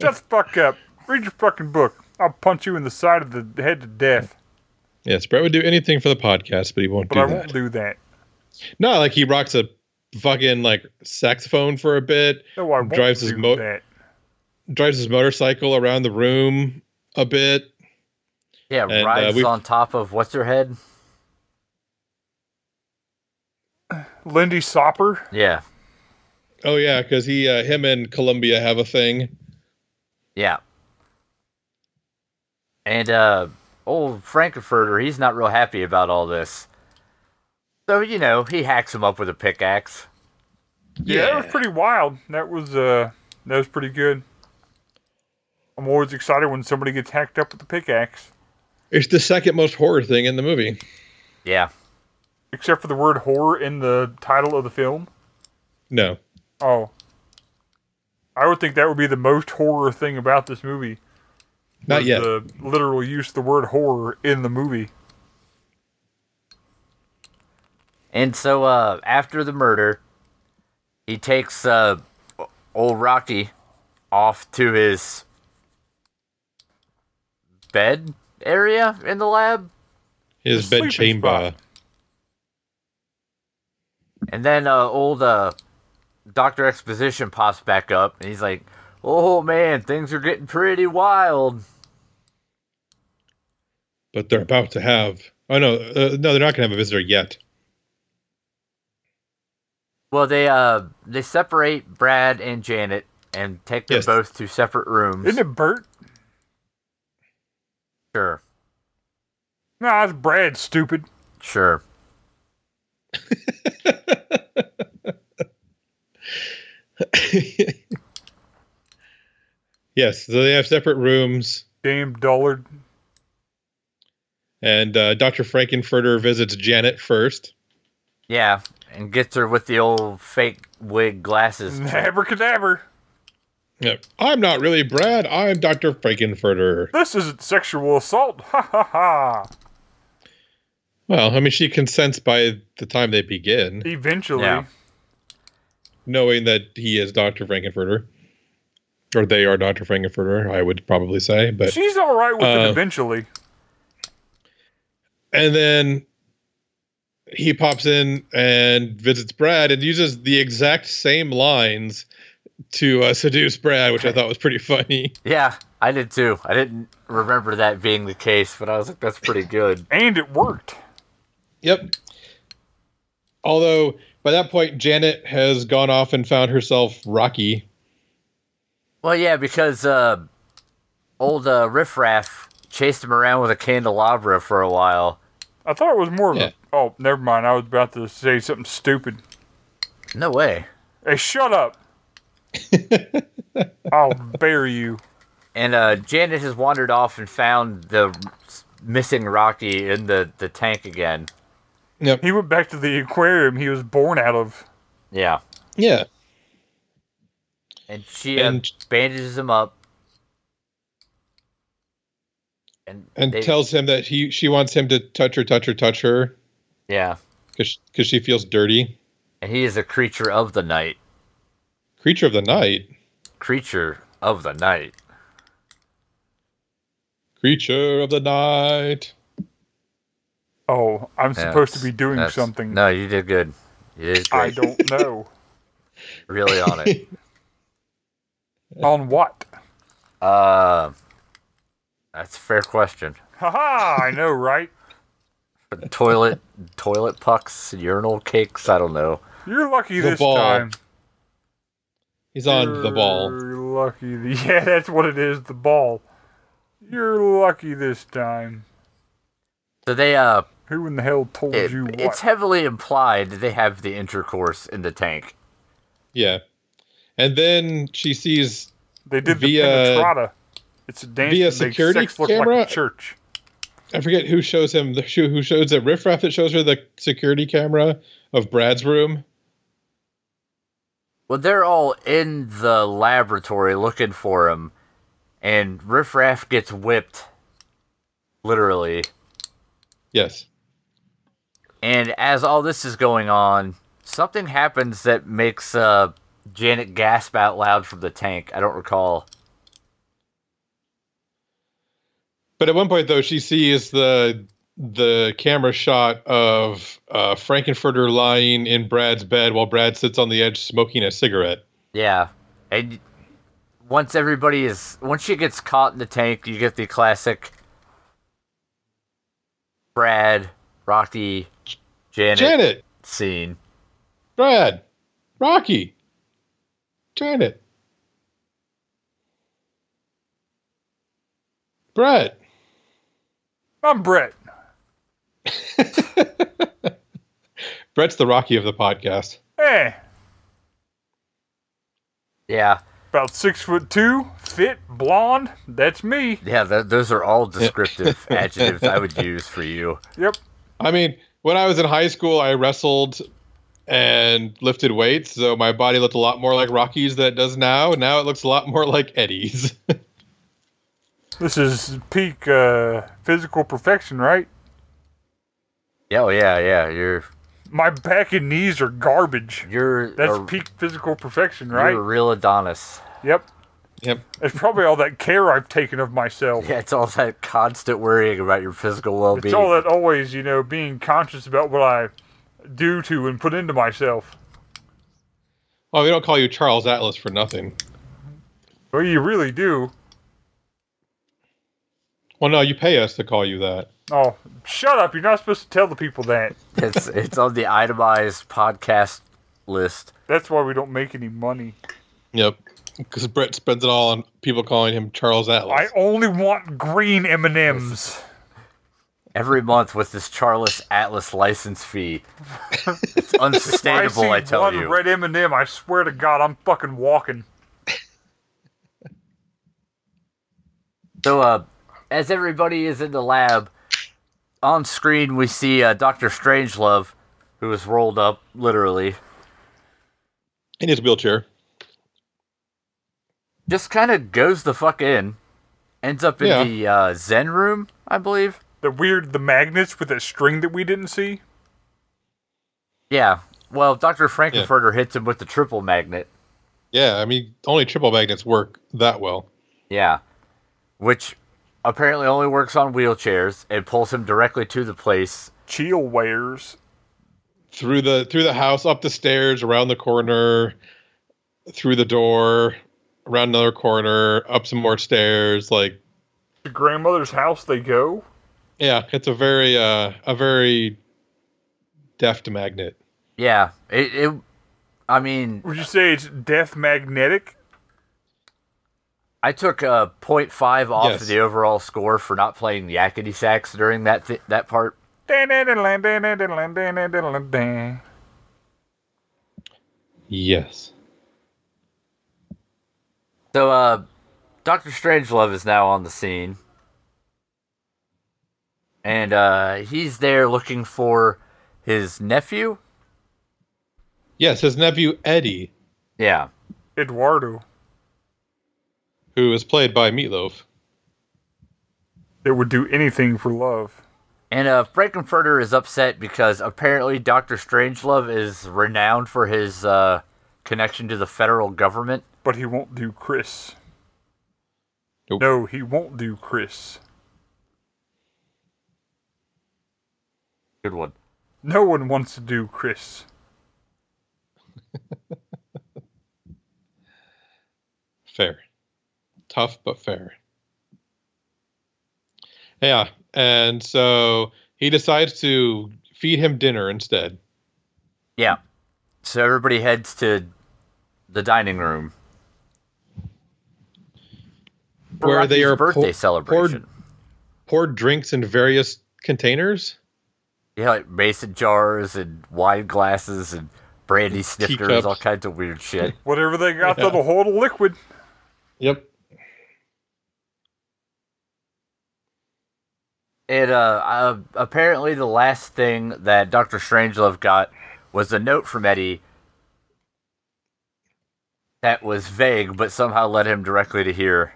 Speaker 2: Just fuck up. Read your fucking book. I'll punch you in the side of the head to death,
Speaker 3: Yes, Brett would do anything for the podcast, but he won't
Speaker 2: but
Speaker 3: do
Speaker 2: I
Speaker 3: that.
Speaker 2: won't do that.
Speaker 3: No, like he rocks a fucking like saxophone for a bit,
Speaker 2: No, Oh, I won't
Speaker 3: Drives
Speaker 2: do
Speaker 3: his mo-
Speaker 2: that.
Speaker 3: drives his motorcycle around the room a bit.
Speaker 1: Yeah,
Speaker 3: And, uh,
Speaker 1: rides
Speaker 3: we-
Speaker 1: on top of what's her head?
Speaker 2: Lindy Sopper?
Speaker 1: Yeah.
Speaker 3: Oh yeah, because he, uh, him, and Columbia have a thing.
Speaker 1: Yeah. And uh old Frankenfurter, he's not real happy about all this. So, you know, he hacks him up with a pickaxe.
Speaker 2: Yeah, that was pretty wild. That was uh that was pretty good. I'm always excited when somebody gets hacked up with a pickaxe.
Speaker 3: It's the second most horror thing in the movie.
Speaker 1: Yeah.
Speaker 2: Except for the word horror in the title of the film.
Speaker 3: No,
Speaker 2: Oh. I would think that would be the most horror thing about this movie.
Speaker 3: not
Speaker 2: was
Speaker 3: yet.
Speaker 2: The literal use of the word horror in the movie.
Speaker 1: And so uh after the murder, he takes uh old Rocky off to his bed area in the lab.
Speaker 3: His
Speaker 2: the
Speaker 3: bed
Speaker 2: sleeping
Speaker 3: chamber.
Speaker 2: spot.
Speaker 1: And then uh, old uh, Doctor Exposition pops back up, and he's like, "Oh man, things are getting pretty wild."
Speaker 3: But they're about to have. Oh no, uh, no, they're not going to have a visitor yet.
Speaker 1: Well, they uh they separate Brad and Janet and take them
Speaker 3: Yes.
Speaker 1: both to separate rooms.
Speaker 2: Isn't it Bert?
Speaker 1: Sure,
Speaker 2: Nah, it's Brad, stupid.
Speaker 1: sure.
Speaker 3: yes, so they have separate rooms,
Speaker 2: Damn dullard.
Speaker 3: and uh, Doctor Frankenfurter visits Janet first.
Speaker 1: Yeah, and gets her with the old fake wig glasses.
Speaker 2: Abracadabra.
Speaker 3: Yep. I'm not really Brad. I'm Doctor Frankenfurter.
Speaker 2: This isn't sexual assault. Ha ha ha.
Speaker 3: Well, I mean, she consents by the time they begin,
Speaker 2: Eventually.
Speaker 1: Yeah.
Speaker 3: knowing that he is Dr. Frankenfurter. Or they are Dr. Frankenfurter, I would probably say. But
Speaker 2: She's alright with it
Speaker 3: Uh,
Speaker 2: eventually.
Speaker 3: and then he pops in and visits Brad and uses the exact same lines to uh, seduce Brad, which I thought was pretty funny.
Speaker 1: Yeah, I did too. I didn't remember that being the case, but I was like, "That's pretty good."
Speaker 2: And it worked.
Speaker 3: Yep. Although by that point, Janet has gone off and found herself Rocky.
Speaker 1: Well, yeah, because uh, old uh, riffraff chased him around with a candelabra for a while.
Speaker 2: I thought it was more of
Speaker 3: Yeah.
Speaker 2: a. Oh, never mind. I was about to say something stupid.
Speaker 1: No way.
Speaker 2: Hey, shut up. I'll bury you.
Speaker 1: And uh, Janet has wandered off and found the s- missing Rocky in the, the tank again.
Speaker 3: Yep.
Speaker 2: He went back to the aquarium he was born out of.
Speaker 1: Yeah.
Speaker 3: Yeah.
Speaker 1: And she uh,
Speaker 3: And-
Speaker 1: bandages him up. And,
Speaker 3: and
Speaker 1: they-
Speaker 3: tells him that he she wants him to touch her, touch her, touch her,
Speaker 1: Yeah.
Speaker 3: because because she feels dirty.
Speaker 1: And he is a creature of the night.
Speaker 3: Creature of the night,
Speaker 1: Creature of the night.
Speaker 3: creature of the night.
Speaker 2: Oh, I'm supposed to
Speaker 1: That's-
Speaker 2: be doing
Speaker 1: that's-
Speaker 2: something.
Speaker 1: No, you did good. You did
Speaker 2: I
Speaker 1: great.
Speaker 2: don't know.
Speaker 1: Really on it.
Speaker 2: On what?
Speaker 1: Uh, that's a fair question.
Speaker 2: Haha, I know, right?
Speaker 1: Toilet, toilet pucks, urinal cakes. I don't know.
Speaker 2: You're lucky
Speaker 3: The
Speaker 2: this
Speaker 3: ball.
Speaker 2: time.
Speaker 3: He's on the ball.
Speaker 2: You're lucky. The, yeah, that's what it is. The ball. You're lucky this time.
Speaker 1: So they uh,
Speaker 2: Who in the hell told
Speaker 1: it-
Speaker 2: you what?
Speaker 1: it's heavily implied that they have the intercourse in the tank.
Speaker 3: Yeah. And then she sees
Speaker 2: they did the
Speaker 3: via-
Speaker 2: penetrata. It's a dance
Speaker 3: via
Speaker 2: that makes
Speaker 3: security
Speaker 2: sex look
Speaker 3: camera?
Speaker 2: like a church.
Speaker 3: I forget who shows him the who who shows it riffraff that shows her the security camera of Brad's room.
Speaker 1: Well, they're all in the laboratory looking for him, and Riff Raff gets whipped, literally.
Speaker 3: Yes.
Speaker 1: And as all this is going on, something happens that makes uh, Janet gasp out loud from the tank. I don't recall.
Speaker 3: But at one point though, she sees the the camera shot of uh, Frankenfurter lying in Brad's bed while Brad sits on the edge smoking a cigarette.
Speaker 1: Yeah, and once everybody is once she gets caught in the tank, you get the classic Brad, Rocky, Janet,
Speaker 3: Janet,
Speaker 1: scene.
Speaker 3: Brad, Rocky, Janet, Brad.
Speaker 2: I'm Brett.
Speaker 3: Brett's the Rocky of the podcast.
Speaker 2: Hey,
Speaker 1: Yeah,
Speaker 2: about six foot two, fit, blonde. That's me.
Speaker 1: yeah. Th- those are all descriptive adjectives I would use for you.
Speaker 2: Yep.
Speaker 3: I mean, when I was in high school, I wrestled and lifted weights, so my body looked a lot more like Rocky's than it does now. Now it looks a lot more like Eddie's.
Speaker 2: This is peak uh, physical perfection, right?
Speaker 1: Yeah, Oh yeah, yeah. You're
Speaker 2: My back and knees are garbage.
Speaker 1: you're
Speaker 2: That's
Speaker 1: a,
Speaker 2: peak physical perfection,
Speaker 1: you're
Speaker 2: right?
Speaker 1: a real Adonis.
Speaker 2: Yep.
Speaker 3: yep.
Speaker 2: It's probably all that care I've taken of myself.
Speaker 1: Yeah, it's all that constant worrying about your physical well-being.
Speaker 2: It's all that always, you know, being conscious about what I do to and put into myself.
Speaker 3: Oh, we don't call you Charles Atlas for nothing.
Speaker 2: Well, you really do.
Speaker 3: Well, no, you pay us to call you that.
Speaker 2: Oh, shut up. You're not supposed to tell the people that.
Speaker 1: it's it's on the itemized podcast list.
Speaker 2: That's why we don't make any money.
Speaker 3: Yep. Because Brett spends it all on people calling him Charles
Speaker 2: I
Speaker 3: Atlas.
Speaker 2: only want green M&Ms.
Speaker 1: every month with this Charles Atlas license fee. It's
Speaker 2: I
Speaker 1: unsustainable,
Speaker 2: see
Speaker 1: I, tell
Speaker 2: one
Speaker 1: you.
Speaker 2: red M&M, I swear to God, I'm fucking walking.
Speaker 1: So, uh, as everybody is in the lab, on screen we see uh, Doctor Strangelove, who is rolled up literally,
Speaker 3: in his wheelchair.
Speaker 1: just kind of goes the fuck in, ends up in
Speaker 3: Yeah.
Speaker 1: the uh, Zen room, I believe.
Speaker 2: The weird, the magnets with that string that we didn't see.
Speaker 1: Yeah. Well, Doctor Frankenfurter hits him with the triple magnet.
Speaker 3: Yeah, I mean, only triple magnets work that well.
Speaker 1: Yeah. Which apparently only works on wheelchairs and pulls him directly to the place
Speaker 2: Chill wares.
Speaker 3: through the through the house, up the stairs, around the corner, through the door, around another corner, up some more stairs. Like,
Speaker 2: To grandmother's house they go.
Speaker 3: yeah, it's a very uh, a very deft magnet.
Speaker 1: Yeah, it, it. I mean,
Speaker 2: Would you say it's death magnetic?
Speaker 1: I took uh, 0.5 off
Speaker 3: Yes.
Speaker 1: the overall score for not playing yakety sax during that th- that part.
Speaker 2: That's
Speaker 3: Yes.
Speaker 1: So, uh, Doctor Strangelove is now on the scene, and uh, he's there looking for his nephew.
Speaker 3: Yes, his nephew Eddie,
Speaker 1: Yeah,
Speaker 2: Eduardo.
Speaker 3: who is played by Meatloaf.
Speaker 2: That would do anything for love.
Speaker 1: and uh, Frankenfurter is upset because apparently Doctor Strangelove is renowned for his uh, connection to the federal government.
Speaker 2: But he won't do Chris.
Speaker 3: Nope.
Speaker 2: No, he won't do Chris.
Speaker 1: Good one.
Speaker 2: No one wants to do Chris.
Speaker 3: Fair. Tough, but fair. Yeah. And so he decides to feed him dinner instead.
Speaker 1: Yeah. So everybody heads to the dining room.
Speaker 3: where they
Speaker 1: Rocky's
Speaker 3: are
Speaker 1: birthday
Speaker 3: pour-
Speaker 1: celebration.
Speaker 3: poured drinks in various containers,
Speaker 1: Yeah, like mason jars and wine glasses and brandy snifters,
Speaker 3: Teacups.
Speaker 1: all kinds of weird shit.
Speaker 2: Whatever they got,
Speaker 3: Yeah.
Speaker 2: yeah. they'll hold a liquid.
Speaker 3: Yep.
Speaker 1: And uh, uh, apparently, the last thing that Doctor Strangelove got was a note from Eddie that was vague, but somehow led him directly to here.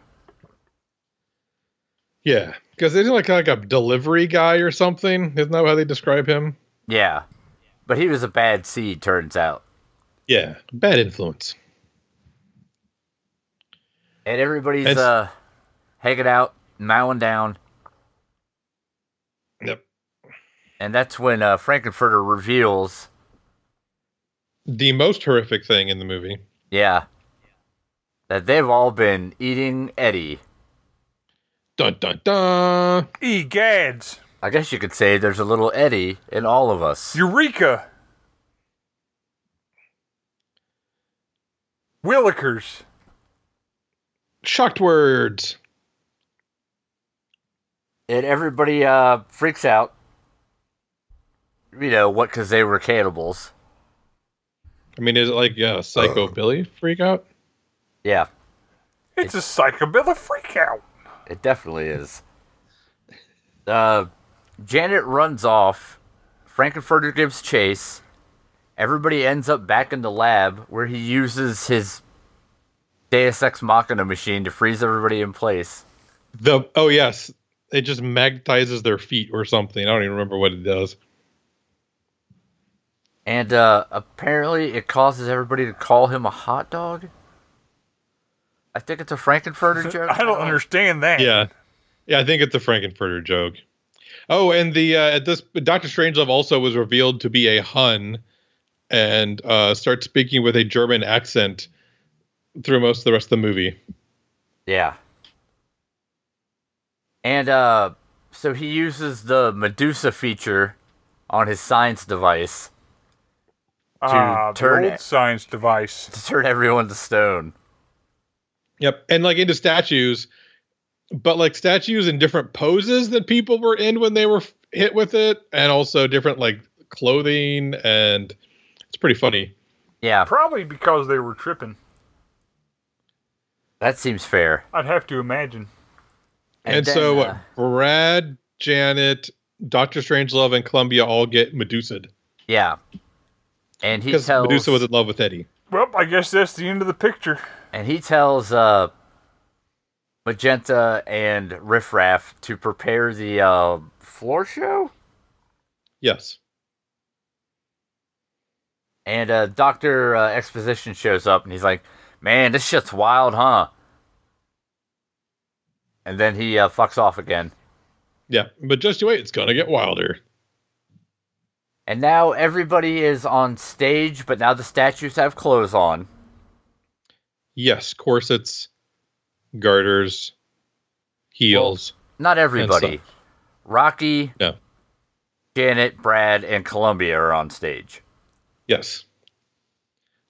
Speaker 3: Yeah, because isn't like like a delivery guy or something? Isn't that how they describe him?
Speaker 1: Yeah, but he was a bad seed, turns out.
Speaker 3: Yeah, bad influence.
Speaker 1: And everybody's
Speaker 3: It's-
Speaker 1: uh, hanging out, mowing down,
Speaker 3: Yep.
Speaker 1: and that's when uh, Frankenfurter reveals,
Speaker 3: The most horrific thing in the movie.
Speaker 1: yeah, that they've all been eating Eddie.
Speaker 3: Dun dun dun.
Speaker 2: Egads.
Speaker 1: I guess you could say there's a little Eddie in all of us.
Speaker 2: Eureka. Willikers.
Speaker 3: Shocked words.
Speaker 1: and everybody uh, freaks out. You know what? Because they were cannibals.
Speaker 3: I mean, is it like yeah, psycho Billy freak out?
Speaker 1: Yeah,
Speaker 2: It's a psychobilly freakout.
Speaker 1: it definitely is. Uh, Janet runs off. Frankenfurter gives chase. Everybody ends up back in the lab where he uses his Deus Ex Machina machine to freeze everybody in place.
Speaker 3: The oh yes, it just magnetizes their feet or something. I don't even remember what it does.
Speaker 1: And uh, apparently, it causes everybody to call him a hot dog. I think it's a Frankenfurter joke.
Speaker 2: I don't understand that.
Speaker 3: Yeah, yeah, I think it's a Frankenfurter joke. Oh, and the uh, at this Doctor Strangelove also was revealed to be a Hun, and uh, starts speaking with a German accent through most of the rest of the movie.
Speaker 1: Yeah. And uh so he uses the Medusa feature on his science device
Speaker 2: Ah, the
Speaker 1: turn
Speaker 2: old
Speaker 1: it.
Speaker 2: science device.
Speaker 1: to turn everyone to stone.
Speaker 3: Yep, and like into statues, but like statues in different poses that people were in when they were f- hit with it, and also different like clothing, and it's pretty funny.
Speaker 1: Yeah,
Speaker 2: Probably because they were tripping.
Speaker 1: that seems fair.
Speaker 2: I'd have to imagine.
Speaker 3: And,
Speaker 1: then,
Speaker 3: so
Speaker 1: uh,
Speaker 3: what? Brad, Janet, Doctor Strangelove, and Columbia all get Medusa
Speaker 1: yeah. And he
Speaker 3: because
Speaker 1: tells
Speaker 3: Medusa was in love with Eddie.
Speaker 2: Well, I guess that's the end of the picture.
Speaker 1: and he tells uh Magenta and Riffraff to prepare the uh floor show
Speaker 3: Yes.
Speaker 1: and uh Dr. Uh, Exposition shows up and he's like, "Man, this shit's wild, huh?" And then he uh, fucks off again.
Speaker 3: Yeah, but just you wait, it's gonna get wilder.
Speaker 1: And now everybody is on stage, but now the statues have clothes on.
Speaker 3: Yes, corsets, garters, heels.
Speaker 1: Not everybody. Rocky,
Speaker 3: No.
Speaker 1: Janet, Brad, and Columbia are on stage.
Speaker 3: yes.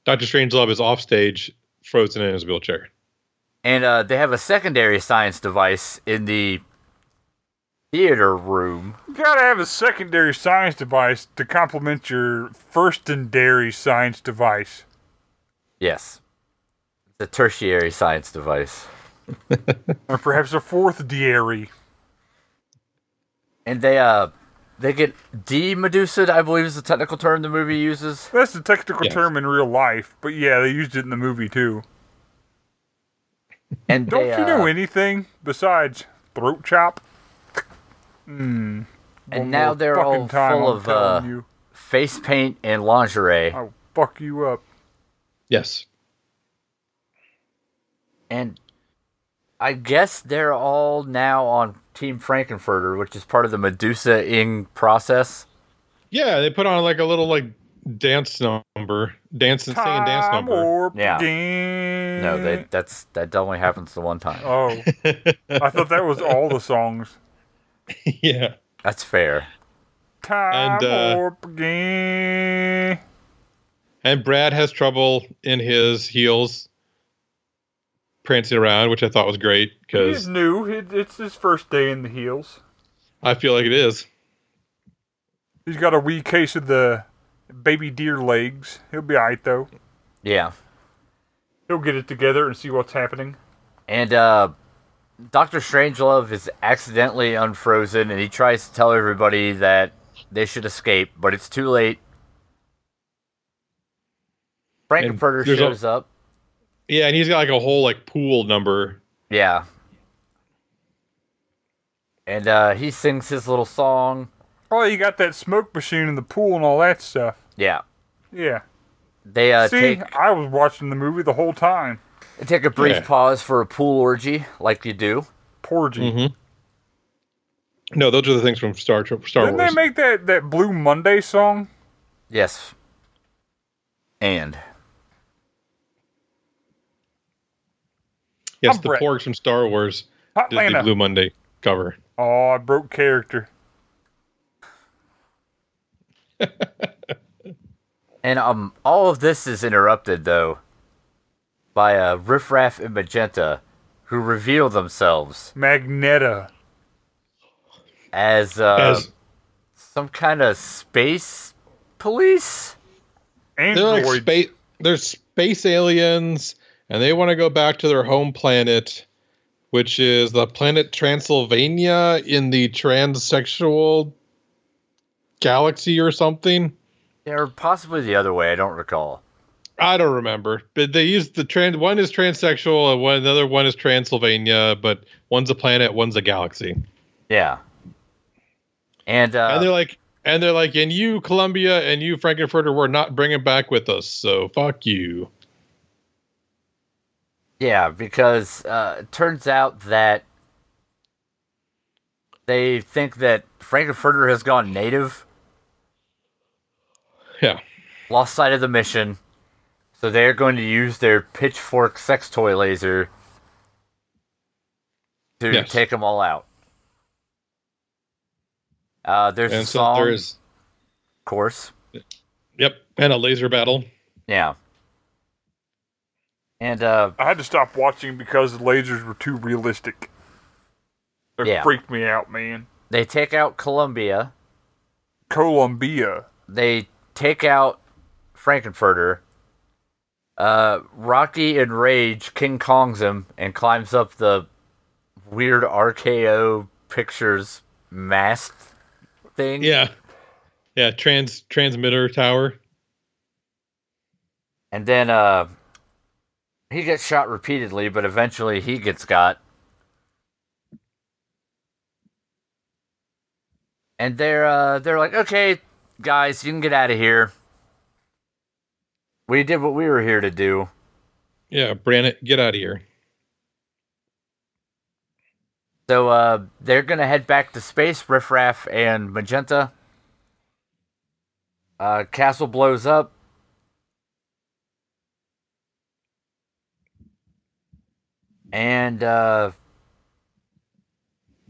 Speaker 3: Doctor Strangelove is off stage, frozen in his wheelchair.
Speaker 1: And uh, they have a secondary science device in the theater room.
Speaker 2: You gotta have a secondary science device to complement your first and dairy science device.
Speaker 1: Yes. The tertiary science device.
Speaker 2: Or perhaps a fourth dairy.
Speaker 1: And they uh they get de medusa I believe is the technical term the movie uses.
Speaker 2: That's the technical
Speaker 3: Yes.
Speaker 2: term in real life, but yeah, they used it in the movie too.
Speaker 1: And
Speaker 2: Don't
Speaker 1: they,
Speaker 2: you
Speaker 1: uh,
Speaker 2: know anything besides throat chop?
Speaker 1: And
Speaker 2: One
Speaker 1: now
Speaker 2: more
Speaker 1: they're
Speaker 2: fucking
Speaker 1: all
Speaker 2: time,
Speaker 1: full
Speaker 2: I'm
Speaker 1: of
Speaker 2: telling
Speaker 1: uh,
Speaker 2: you, Oh.
Speaker 1: face paint and lingerie.
Speaker 2: I'll fuck you up.
Speaker 3: Yes.
Speaker 1: And I guess they're all now on Team Frankenfurter, which is part of the Medusa ing process.
Speaker 3: Yeah, they put on like a little like dance number, dance and singing dance
Speaker 2: Time
Speaker 3: number.
Speaker 2: warp
Speaker 1: Yeah.
Speaker 2: again.
Speaker 1: No, they, that's that only happens the one time.
Speaker 2: Mm. Oh, I thought that was all the songs.
Speaker 3: yeah.
Speaker 1: That's fair.
Speaker 2: Time
Speaker 3: And, uh,
Speaker 2: warp again.
Speaker 3: And Brad has trouble in his heels. prancing around, which I thought was great
Speaker 2: He's
Speaker 3: because
Speaker 2: new. It, it's his first day in the heels.
Speaker 3: I feel like it is.
Speaker 2: He's got a wee case of the baby deer legs. He'll be alright though.
Speaker 1: Yeah.
Speaker 2: He'll get it together and see what's happening.
Speaker 1: And uh, Doctor Strangelove is accidentally unfrozen, and he tries to tell everybody that they should escape, but it's too late. Frankenfurter
Speaker 3: there's a-
Speaker 1: shows up.
Speaker 3: Yeah, and he's got like a whole like pool number.
Speaker 1: Yeah. And uh, he sings his little song.
Speaker 2: Oh, you got that smoke machine in the pool and all that stuff.
Speaker 1: Yeah.
Speaker 2: Yeah.
Speaker 1: They uh,
Speaker 2: see,
Speaker 1: take
Speaker 2: I was watching the movie the whole time.
Speaker 1: they take a brief
Speaker 3: Yeah.
Speaker 1: pause for a pool orgy, like you do.
Speaker 2: Porgy.
Speaker 3: No, those are the things from Star Tr- Star
Speaker 2: Didn't they
Speaker 3: Wars.
Speaker 2: make that, that Blue Monday song?
Speaker 1: Yes. And
Speaker 3: yes,
Speaker 2: I'm
Speaker 3: the
Speaker 2: Brett.
Speaker 3: porgs from Star Wars
Speaker 2: Hot
Speaker 3: did the
Speaker 2: Lana.
Speaker 3: Blue Monday cover.
Speaker 2: Oh, I broke character.
Speaker 1: and um, all of this is interrupted though by uh, Riff Raff and Magenta, who reveal themselves
Speaker 2: Magneta.
Speaker 1: as, uh,
Speaker 3: As
Speaker 1: some kind of space police.
Speaker 3: they're
Speaker 2: Android.
Speaker 3: like space, they're space aliens, and they want to go back to their home planet, which is the planet Transylvania in the transsexual galaxy or something.
Speaker 1: Or possibly the other way, I don't recall.
Speaker 3: I don't remember, but they use the trans. One is transsexual, and one another one is Transylvania. But one's a planet, one's a galaxy,
Speaker 1: Yeah. And uh,
Speaker 3: and they're like, and they're like, and you Columbia and you Frankenfurter were not bringing back with us, so fuck you.
Speaker 1: Yeah, because uh, it turns out that they think that Frankenfurter has gone native,
Speaker 3: Yeah,
Speaker 1: lost sight of the mission, so they're going to use their pitchfork sex toy laser to
Speaker 3: Yes.
Speaker 1: take them all out. Uh, there's a
Speaker 3: and so
Speaker 1: song,
Speaker 3: there is,
Speaker 1: of course.
Speaker 3: yep, and a laser battle.
Speaker 1: Yeah. And uh,
Speaker 2: I had to stop watching because the lasers were too realistic. They
Speaker 1: Yeah.
Speaker 2: freaked me out, man.
Speaker 1: they take out Columbia.
Speaker 2: Columbia.
Speaker 1: they take out Frankenfurter. Uh, Rocky in rage King Kongs him and climbs up the weird RKO Pictures mast thing.
Speaker 3: Yeah, yeah, trans transmitter tower.
Speaker 1: And then uh, he gets shot repeatedly, but eventually he gets got. And they're uh, they're like, okay, guys, you can get out of here. We did what we were here to do.
Speaker 3: Yeah, Brannett, get out of here.
Speaker 1: So uh, they're gonna head back to space. Riffraff and Magenta. Uh, Castle blows up. And uh,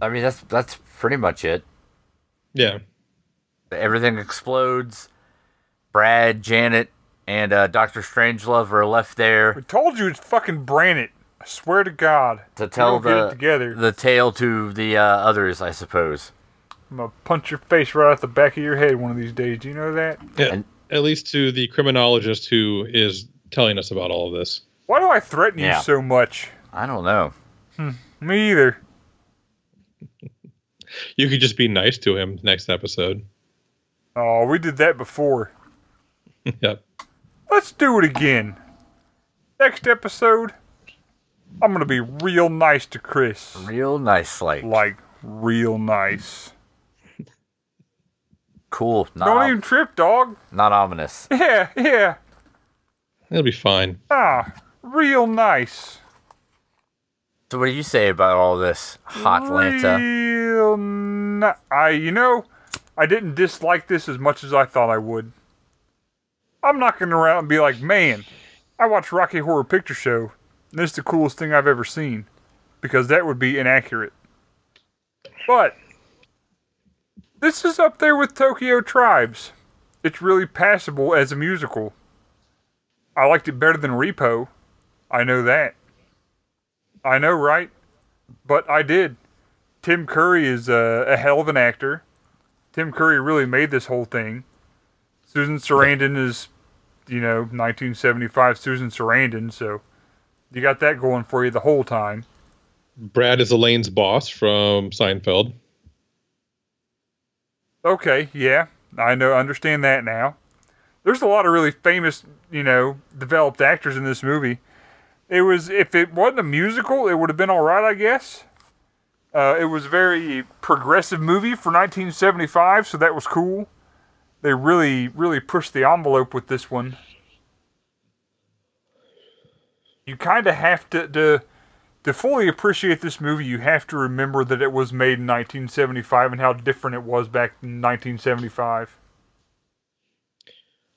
Speaker 1: I mean that's that's pretty much it.
Speaker 3: Yeah,
Speaker 1: Everything explodes. Brad, Janet, and uh, Doctor Strangelove are left there
Speaker 2: I told you it's fucking Brannett. I swear to God.
Speaker 1: to
Speaker 2: We
Speaker 1: tell
Speaker 2: don't get it
Speaker 1: the
Speaker 2: together.
Speaker 1: the tale to the uh, others, I suppose.
Speaker 2: I'm gonna punch your face right out the back of your head one of these days. Do you know that?
Speaker 3: yeah.
Speaker 1: And-
Speaker 3: at least to the criminologist who is telling us about all of this.
Speaker 2: Why do I threaten
Speaker 1: Yeah.
Speaker 2: you so much?
Speaker 1: I don't know.
Speaker 2: Me either.
Speaker 3: You could just be nice to him next episode.
Speaker 2: Oh, we did that before.
Speaker 3: yep.
Speaker 2: Let's do it again. Next episode, I'm gonna be real nice to Chris.
Speaker 1: Real nice, like
Speaker 2: Like, real nice.
Speaker 1: cool, not
Speaker 2: Don't
Speaker 1: om-
Speaker 2: even trip, dog.
Speaker 1: not ominous.
Speaker 2: Yeah, yeah.
Speaker 3: It'll be fine.
Speaker 2: Ah, real nice.
Speaker 1: So, what do you say about all this, Hot Lanta?
Speaker 2: Real ni- I, you know, I didn't dislike this as much as I thought I would. I'm not going to around and be like, man, I watched Rocky Horror Picture Show. And this is the coolest thing I've ever seen. Because that would be inaccurate. But, this is up there with Tokyo Tribes. It's really passable as a musical. I liked it better than Repo. I know that. I know, right? But I did. Tim Curry is a, a hell of an actor. Tim Curry really made this whole thing. Susan Sarandon is, you know, 1975 Susan Sarandon, so you got that going for you the whole time.
Speaker 3: Brad is Elaine's boss from Seinfeld.
Speaker 2: Okay, yeah, I know, understand that now. There's a lot of really famous, you know, developed actors in this movie. It was if it wasn't a musical, it would have been all right, I guess. Uh, it was a very progressive movie for 1975, so that was cool. They really, really pushed the envelope with this one. You kind of have to, to to fully appreciate this movie, you have to remember that it was made in 1975 and how different it was back in 1975.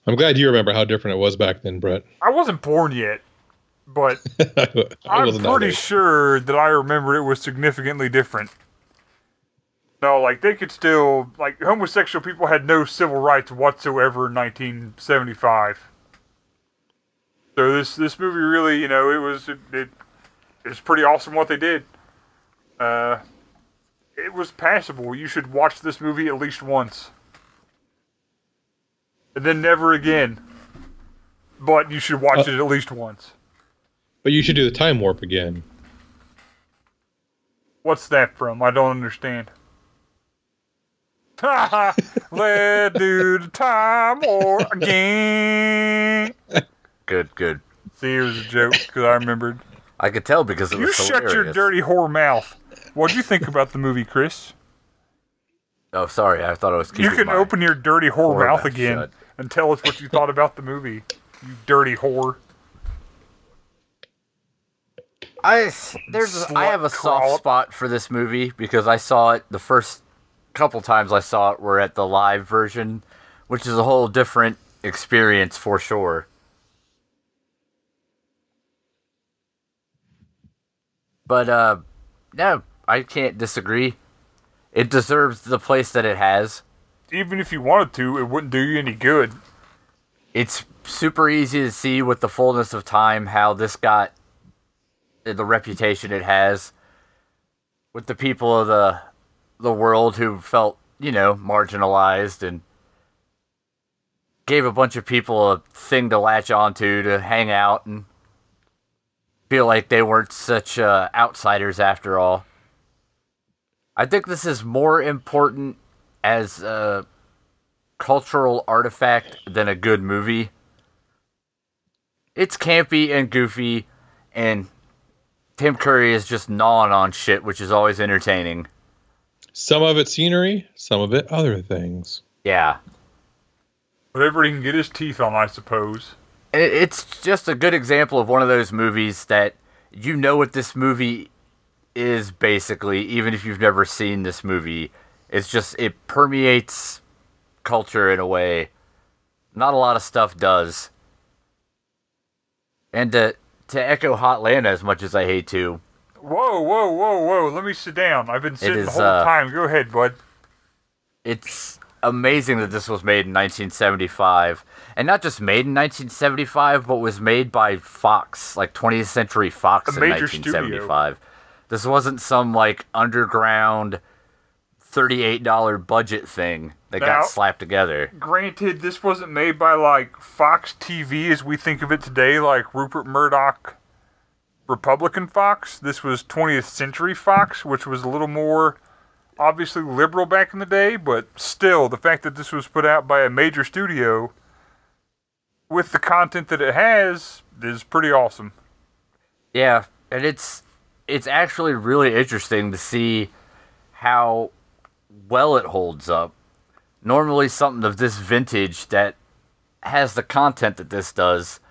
Speaker 3: I'm glad you remember how different it was back then, Brett.
Speaker 2: I wasn't born yet, but
Speaker 3: I
Speaker 2: I'm
Speaker 3: wasn't that
Speaker 2: pretty
Speaker 3: old.
Speaker 2: sure that I remember it was significantly different. No, like they could still like homosexual people had no civil rights whatsoever in 1975. So this this movie really, you know, it was it, it, it's pretty awesome what they did. Uh, it was passable. You should watch this movie at least once, and then never again. But you should
Speaker 3: Uh,
Speaker 2: watch it at least once.
Speaker 3: But you should do the time warp again.
Speaker 2: What's that from? I don't understand. Let do the time or again.
Speaker 1: Good, good.
Speaker 2: See, it was a joke because I remembered.
Speaker 1: I could tell because it
Speaker 2: You
Speaker 1: was
Speaker 2: shut
Speaker 1: hilarious.
Speaker 2: your dirty whore mouth. What'd you think about the movie, Chris?
Speaker 1: Oh, sorry. I thought I was keeping
Speaker 2: you can
Speaker 1: my-
Speaker 2: open your dirty whore,
Speaker 1: whore
Speaker 2: mouth
Speaker 1: mouth
Speaker 2: again
Speaker 1: shut.
Speaker 2: and tell us what you thought about the movie. You dirty whore.
Speaker 1: I there's I have a
Speaker 2: Slut crawl.
Speaker 1: soft spot for this movie because I saw it the first couple times I saw it were at the live version, which is a whole different experience for sure. But uh no, I can't disagree. It deserves the place that it has.
Speaker 2: Even if you wanted to, it wouldn't do you any good.
Speaker 1: it's super easy to see with the fullness of time how this got the reputation it has with the people of the the world who felt you know marginalized and gave a bunch of people a thing to latch onto to hang out and feel like they weren't such uh, outsiders after all. I think this is more important as uh, cultural artifact than a good movie. It's campy and goofy, and Tim Curry is just gnawing on shit, which is always entertaining.
Speaker 3: Some of it scenery, some of it other things.
Speaker 1: Yeah.
Speaker 2: Whatever he can get his teeth on, I suppose.
Speaker 1: And it- It's just a good example of one of those movies that you know what this movie is basically, even if you've never seen this movie. It's just, it permeates culture in a way not a lot of stuff does. And to, to echo Hotlanta as much as I hate to,
Speaker 2: Whoa, whoa, whoa, whoa. Let me sit down. I've been sitting the
Speaker 1: is,
Speaker 2: whole
Speaker 1: uh,
Speaker 2: time. Go ahead, bud.
Speaker 1: it's amazing that this was made in 1975 and not just made in 1975 but was made by fox like 20th century fox
Speaker 2: A
Speaker 1: in
Speaker 2: major studio.
Speaker 1: 1975 this wasn't some like underground $38 budget thing that
Speaker 2: Now-
Speaker 1: got slapped together
Speaker 2: granted, this wasn't made by like Fox TV as we think of it today, like Rupert Murdoch, Republican Fox. This was 20th Century Fox, which was a little more obviously liberal back in the day, but still, the fact that this was put out by a major studio with the content that it has is pretty awesome.
Speaker 1: Yeah, and it's it's actually really interesting to see how well it holds up. Normally something of this vintage that has the content that this does,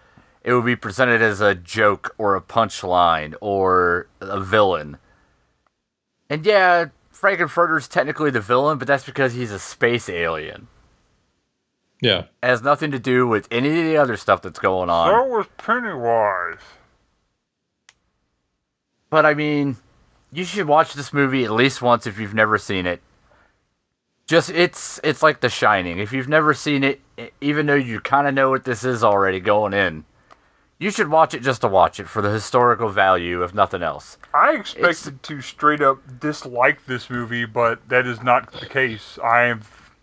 Speaker 1: it would be presented as a joke or a punchline or a villain. And yeah, Frankenfurter's technically the villain, but that's because he's a space alien.
Speaker 3: Yeah.
Speaker 1: It has nothing to do with any of the other stuff that's going on.
Speaker 2: So was Pennywise.
Speaker 1: But I mean, you should watch this movie at least once if you've never seen it. Just it's it's like The Shining. If you've never seen it, e- even though you kind of know what this is already going in, You should watch it just to watch it for the historical value, if nothing else.
Speaker 2: I expected to straight up dislike this movie, but that is not the case. I've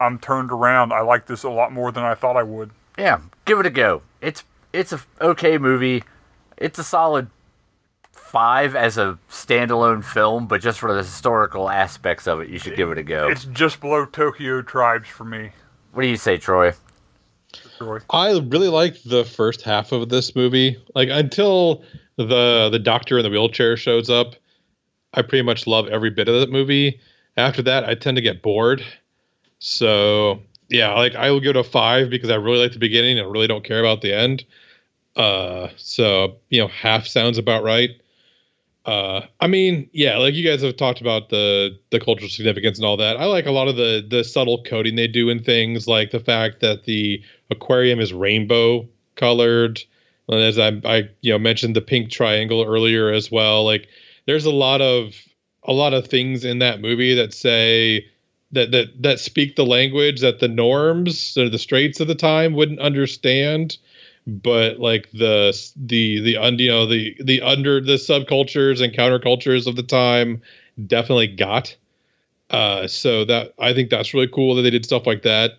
Speaker 2: I'm turned around. I like this a lot more than I thought I would.
Speaker 1: Yeah, give it a go. It's it's a okay movie. It's a solid five as a standalone film, but just for the historical aspects of it, you should give it a go.
Speaker 2: It's just below Tokyo Tribes for me.
Speaker 1: What do you say, Troy?
Speaker 2: Troy.
Speaker 3: I really liked the first half of this movie. Like until the the doctor in the wheelchair shows up, I pretty much love every bit of that movie. After that, I tend to get bored. So yeah, like I will give it a five because I really like the beginning and really don't care about the end. Uh, so you know, half sounds about right. Uh, I mean, yeah, like you guys have talked about the the cultural significance and all that. I like a lot of the the subtle coding they do in things, like the fact that the aquarium is rainbow colored. And as I, I you know mentioned the pink triangle earlier as well. Like, there's a lot of a lot of things in that movie that say that that that speak the language that the norms or the straits of the time wouldn't understand but like the the the un, you know the the under the subcultures and countercultures of the time definitely got uh so that i think that's really cool that they did stuff like that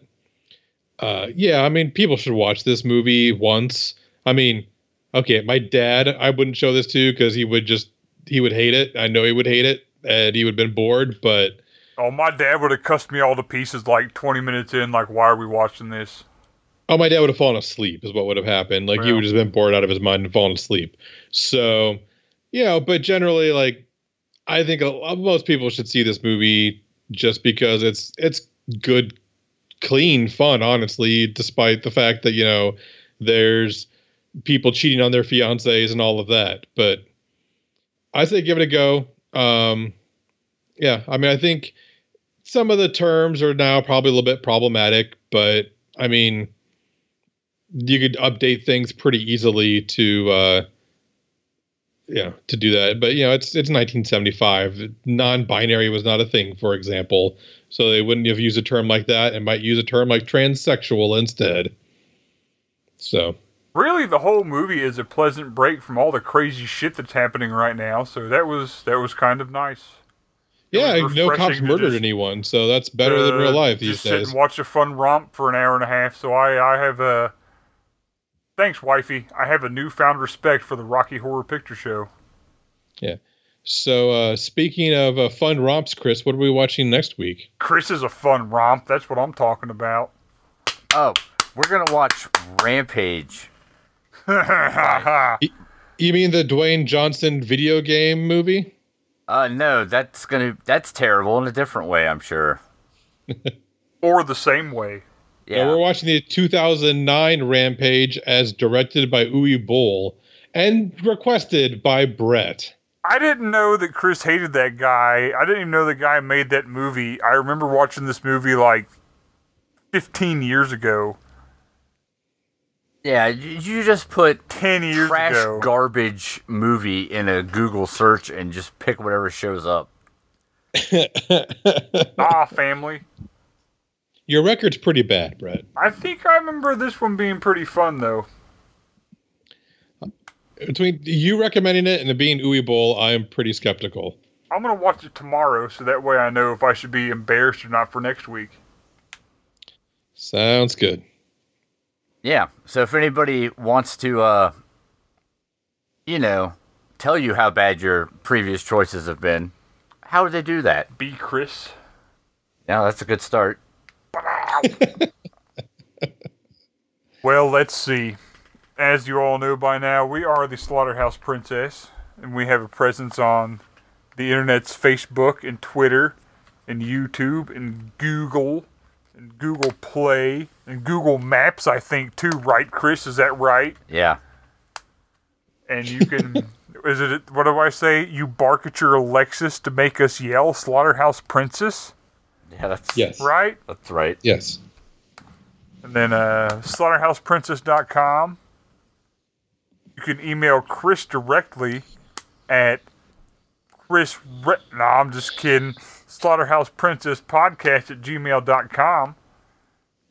Speaker 3: uh yeah i mean people should watch this movie once i mean okay my dad i wouldn't show this to because he would just he would hate it i know he would hate it and he would have been bored but
Speaker 2: Oh, my dad would have cussed me all to pieces like 20 minutes in. Like, why are we watching this?
Speaker 3: Oh, my dad would have fallen asleep, is what would have happened. Like, he
Speaker 2: Wow.
Speaker 3: would have just been bored out of his mind and fallen asleep. So, you know, but generally, like, I think a, a- most people should see this movie just because it's it's good, clean fun, honestly, despite the fact that, you know, there's people cheating on their fiancés and all of that. But I say give it a go. Um, yeah, I mean, I think some of the terms are now probably a little bit problematic, but I mean, you could update things pretty easily to uh yeah to do that but you know it's it's 1975 non-binary was not a thing for example so they wouldn't have used a term like that and might use a term like transsexual instead so
Speaker 2: Really, the whole movie is a pleasant break from all the crazy shit that's happening right now. So that was that was kind of nice.
Speaker 3: yeah
Speaker 2: was
Speaker 3: no cops
Speaker 2: refreshing to
Speaker 3: murdered
Speaker 2: just-
Speaker 3: anyone so that's better than
Speaker 2: Uh,
Speaker 3: real life these
Speaker 2: Just sit
Speaker 3: days
Speaker 2: and watch a fun romp for an hour and a half. So I I have a thanks, wifey. I have a newfound respect for the Rocky Horror Picture Show.
Speaker 3: so uh speaking of uh, fun romps chris what are we watching next week
Speaker 2: Chris is a fun romp. That's what I'm talking about.
Speaker 1: Oh, we're gonna watch Rampage.
Speaker 3: you mean the dwayne johnson video game movie
Speaker 1: Uh, no, that's gonna that's terrible in a different way, I'm sure.
Speaker 2: or the same way.
Speaker 3: Yeah.
Speaker 1: Yeah,
Speaker 3: we're watching the 2009 Rampage as directed by Uwe Boll and requested by Brett.
Speaker 2: I didn't know that Chris hated that guy. I didn't even know the guy made that movie. I remember watching this movie like 15 years ago,
Speaker 1: yeah. You you just put
Speaker 2: 10 years
Speaker 1: trash
Speaker 2: ago.
Speaker 1: garbage movie in a Google search and just pick whatever shows up.
Speaker 2: ah, family.
Speaker 3: Your record's pretty bad, Brett.
Speaker 2: I think I remember this one being pretty fun though.
Speaker 3: Between you recommending it and it being Uwe Boll, I am pretty skeptical.
Speaker 2: I'm gonna watch it tomorrow, so that way I know if I should be embarrassed or not for next week.
Speaker 3: Sounds good.
Speaker 1: Yeah. So if anybody wants to, uh, you know, tell you how bad your previous choices have been, how would they do that?
Speaker 2: Be Chris.
Speaker 1: Now that's a good start.
Speaker 2: Well, let's see. As you all know by now, we are the Slaughterhouse Princess, and we have a presence on the internet's Facebook and Twitter and YouTube and Google and Google Play and Google Maps, I think, too, right, Chris? Is that right?
Speaker 1: Yeah.
Speaker 2: And you can. is it. What do I say? You bark at your Alexis to make us yell, Slaughterhouse Princess,
Speaker 1: Yeah. That's
Speaker 3: Yes.
Speaker 2: right?
Speaker 1: That's right.
Speaker 3: Yes.
Speaker 2: And then uh, slaughterhouseprincess.com. You can email Chris directly at Chris. Re- no, I'm just kidding. Slaughterhouseprincesspodcast at gmail.com.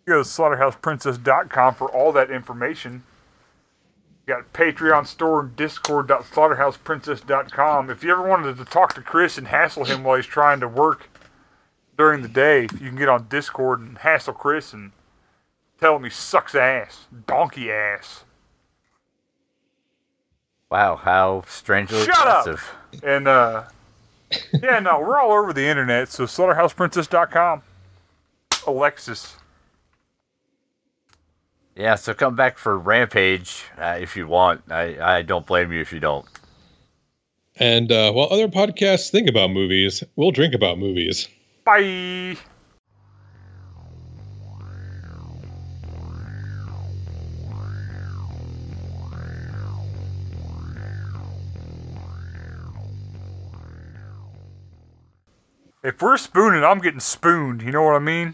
Speaker 2: You go to slaughterhouseprincess.com for all that information. You got Patreon store and discord.slaughterhouseprincess.com. If you ever wanted to talk to Chris and hassle him while he's trying to work during the day, you can get on Discord and hassle Chris and tell him he sucks ass. Donkey ass.
Speaker 1: Wow, how strangely
Speaker 2: Shut up!
Speaker 1: aggressive.
Speaker 2: And, uh, yeah, no, we're all over the internet, so slaughterhouseprincess.com. Alexis.
Speaker 1: Yeah, so come back for Rampage uh, if you want. I, I don't blame you if you don't.
Speaker 3: And uh, while other podcasts think about movies, we'll drink about movies.
Speaker 2: Bye. If we're spooning, I'm getting spooned. You know what I mean?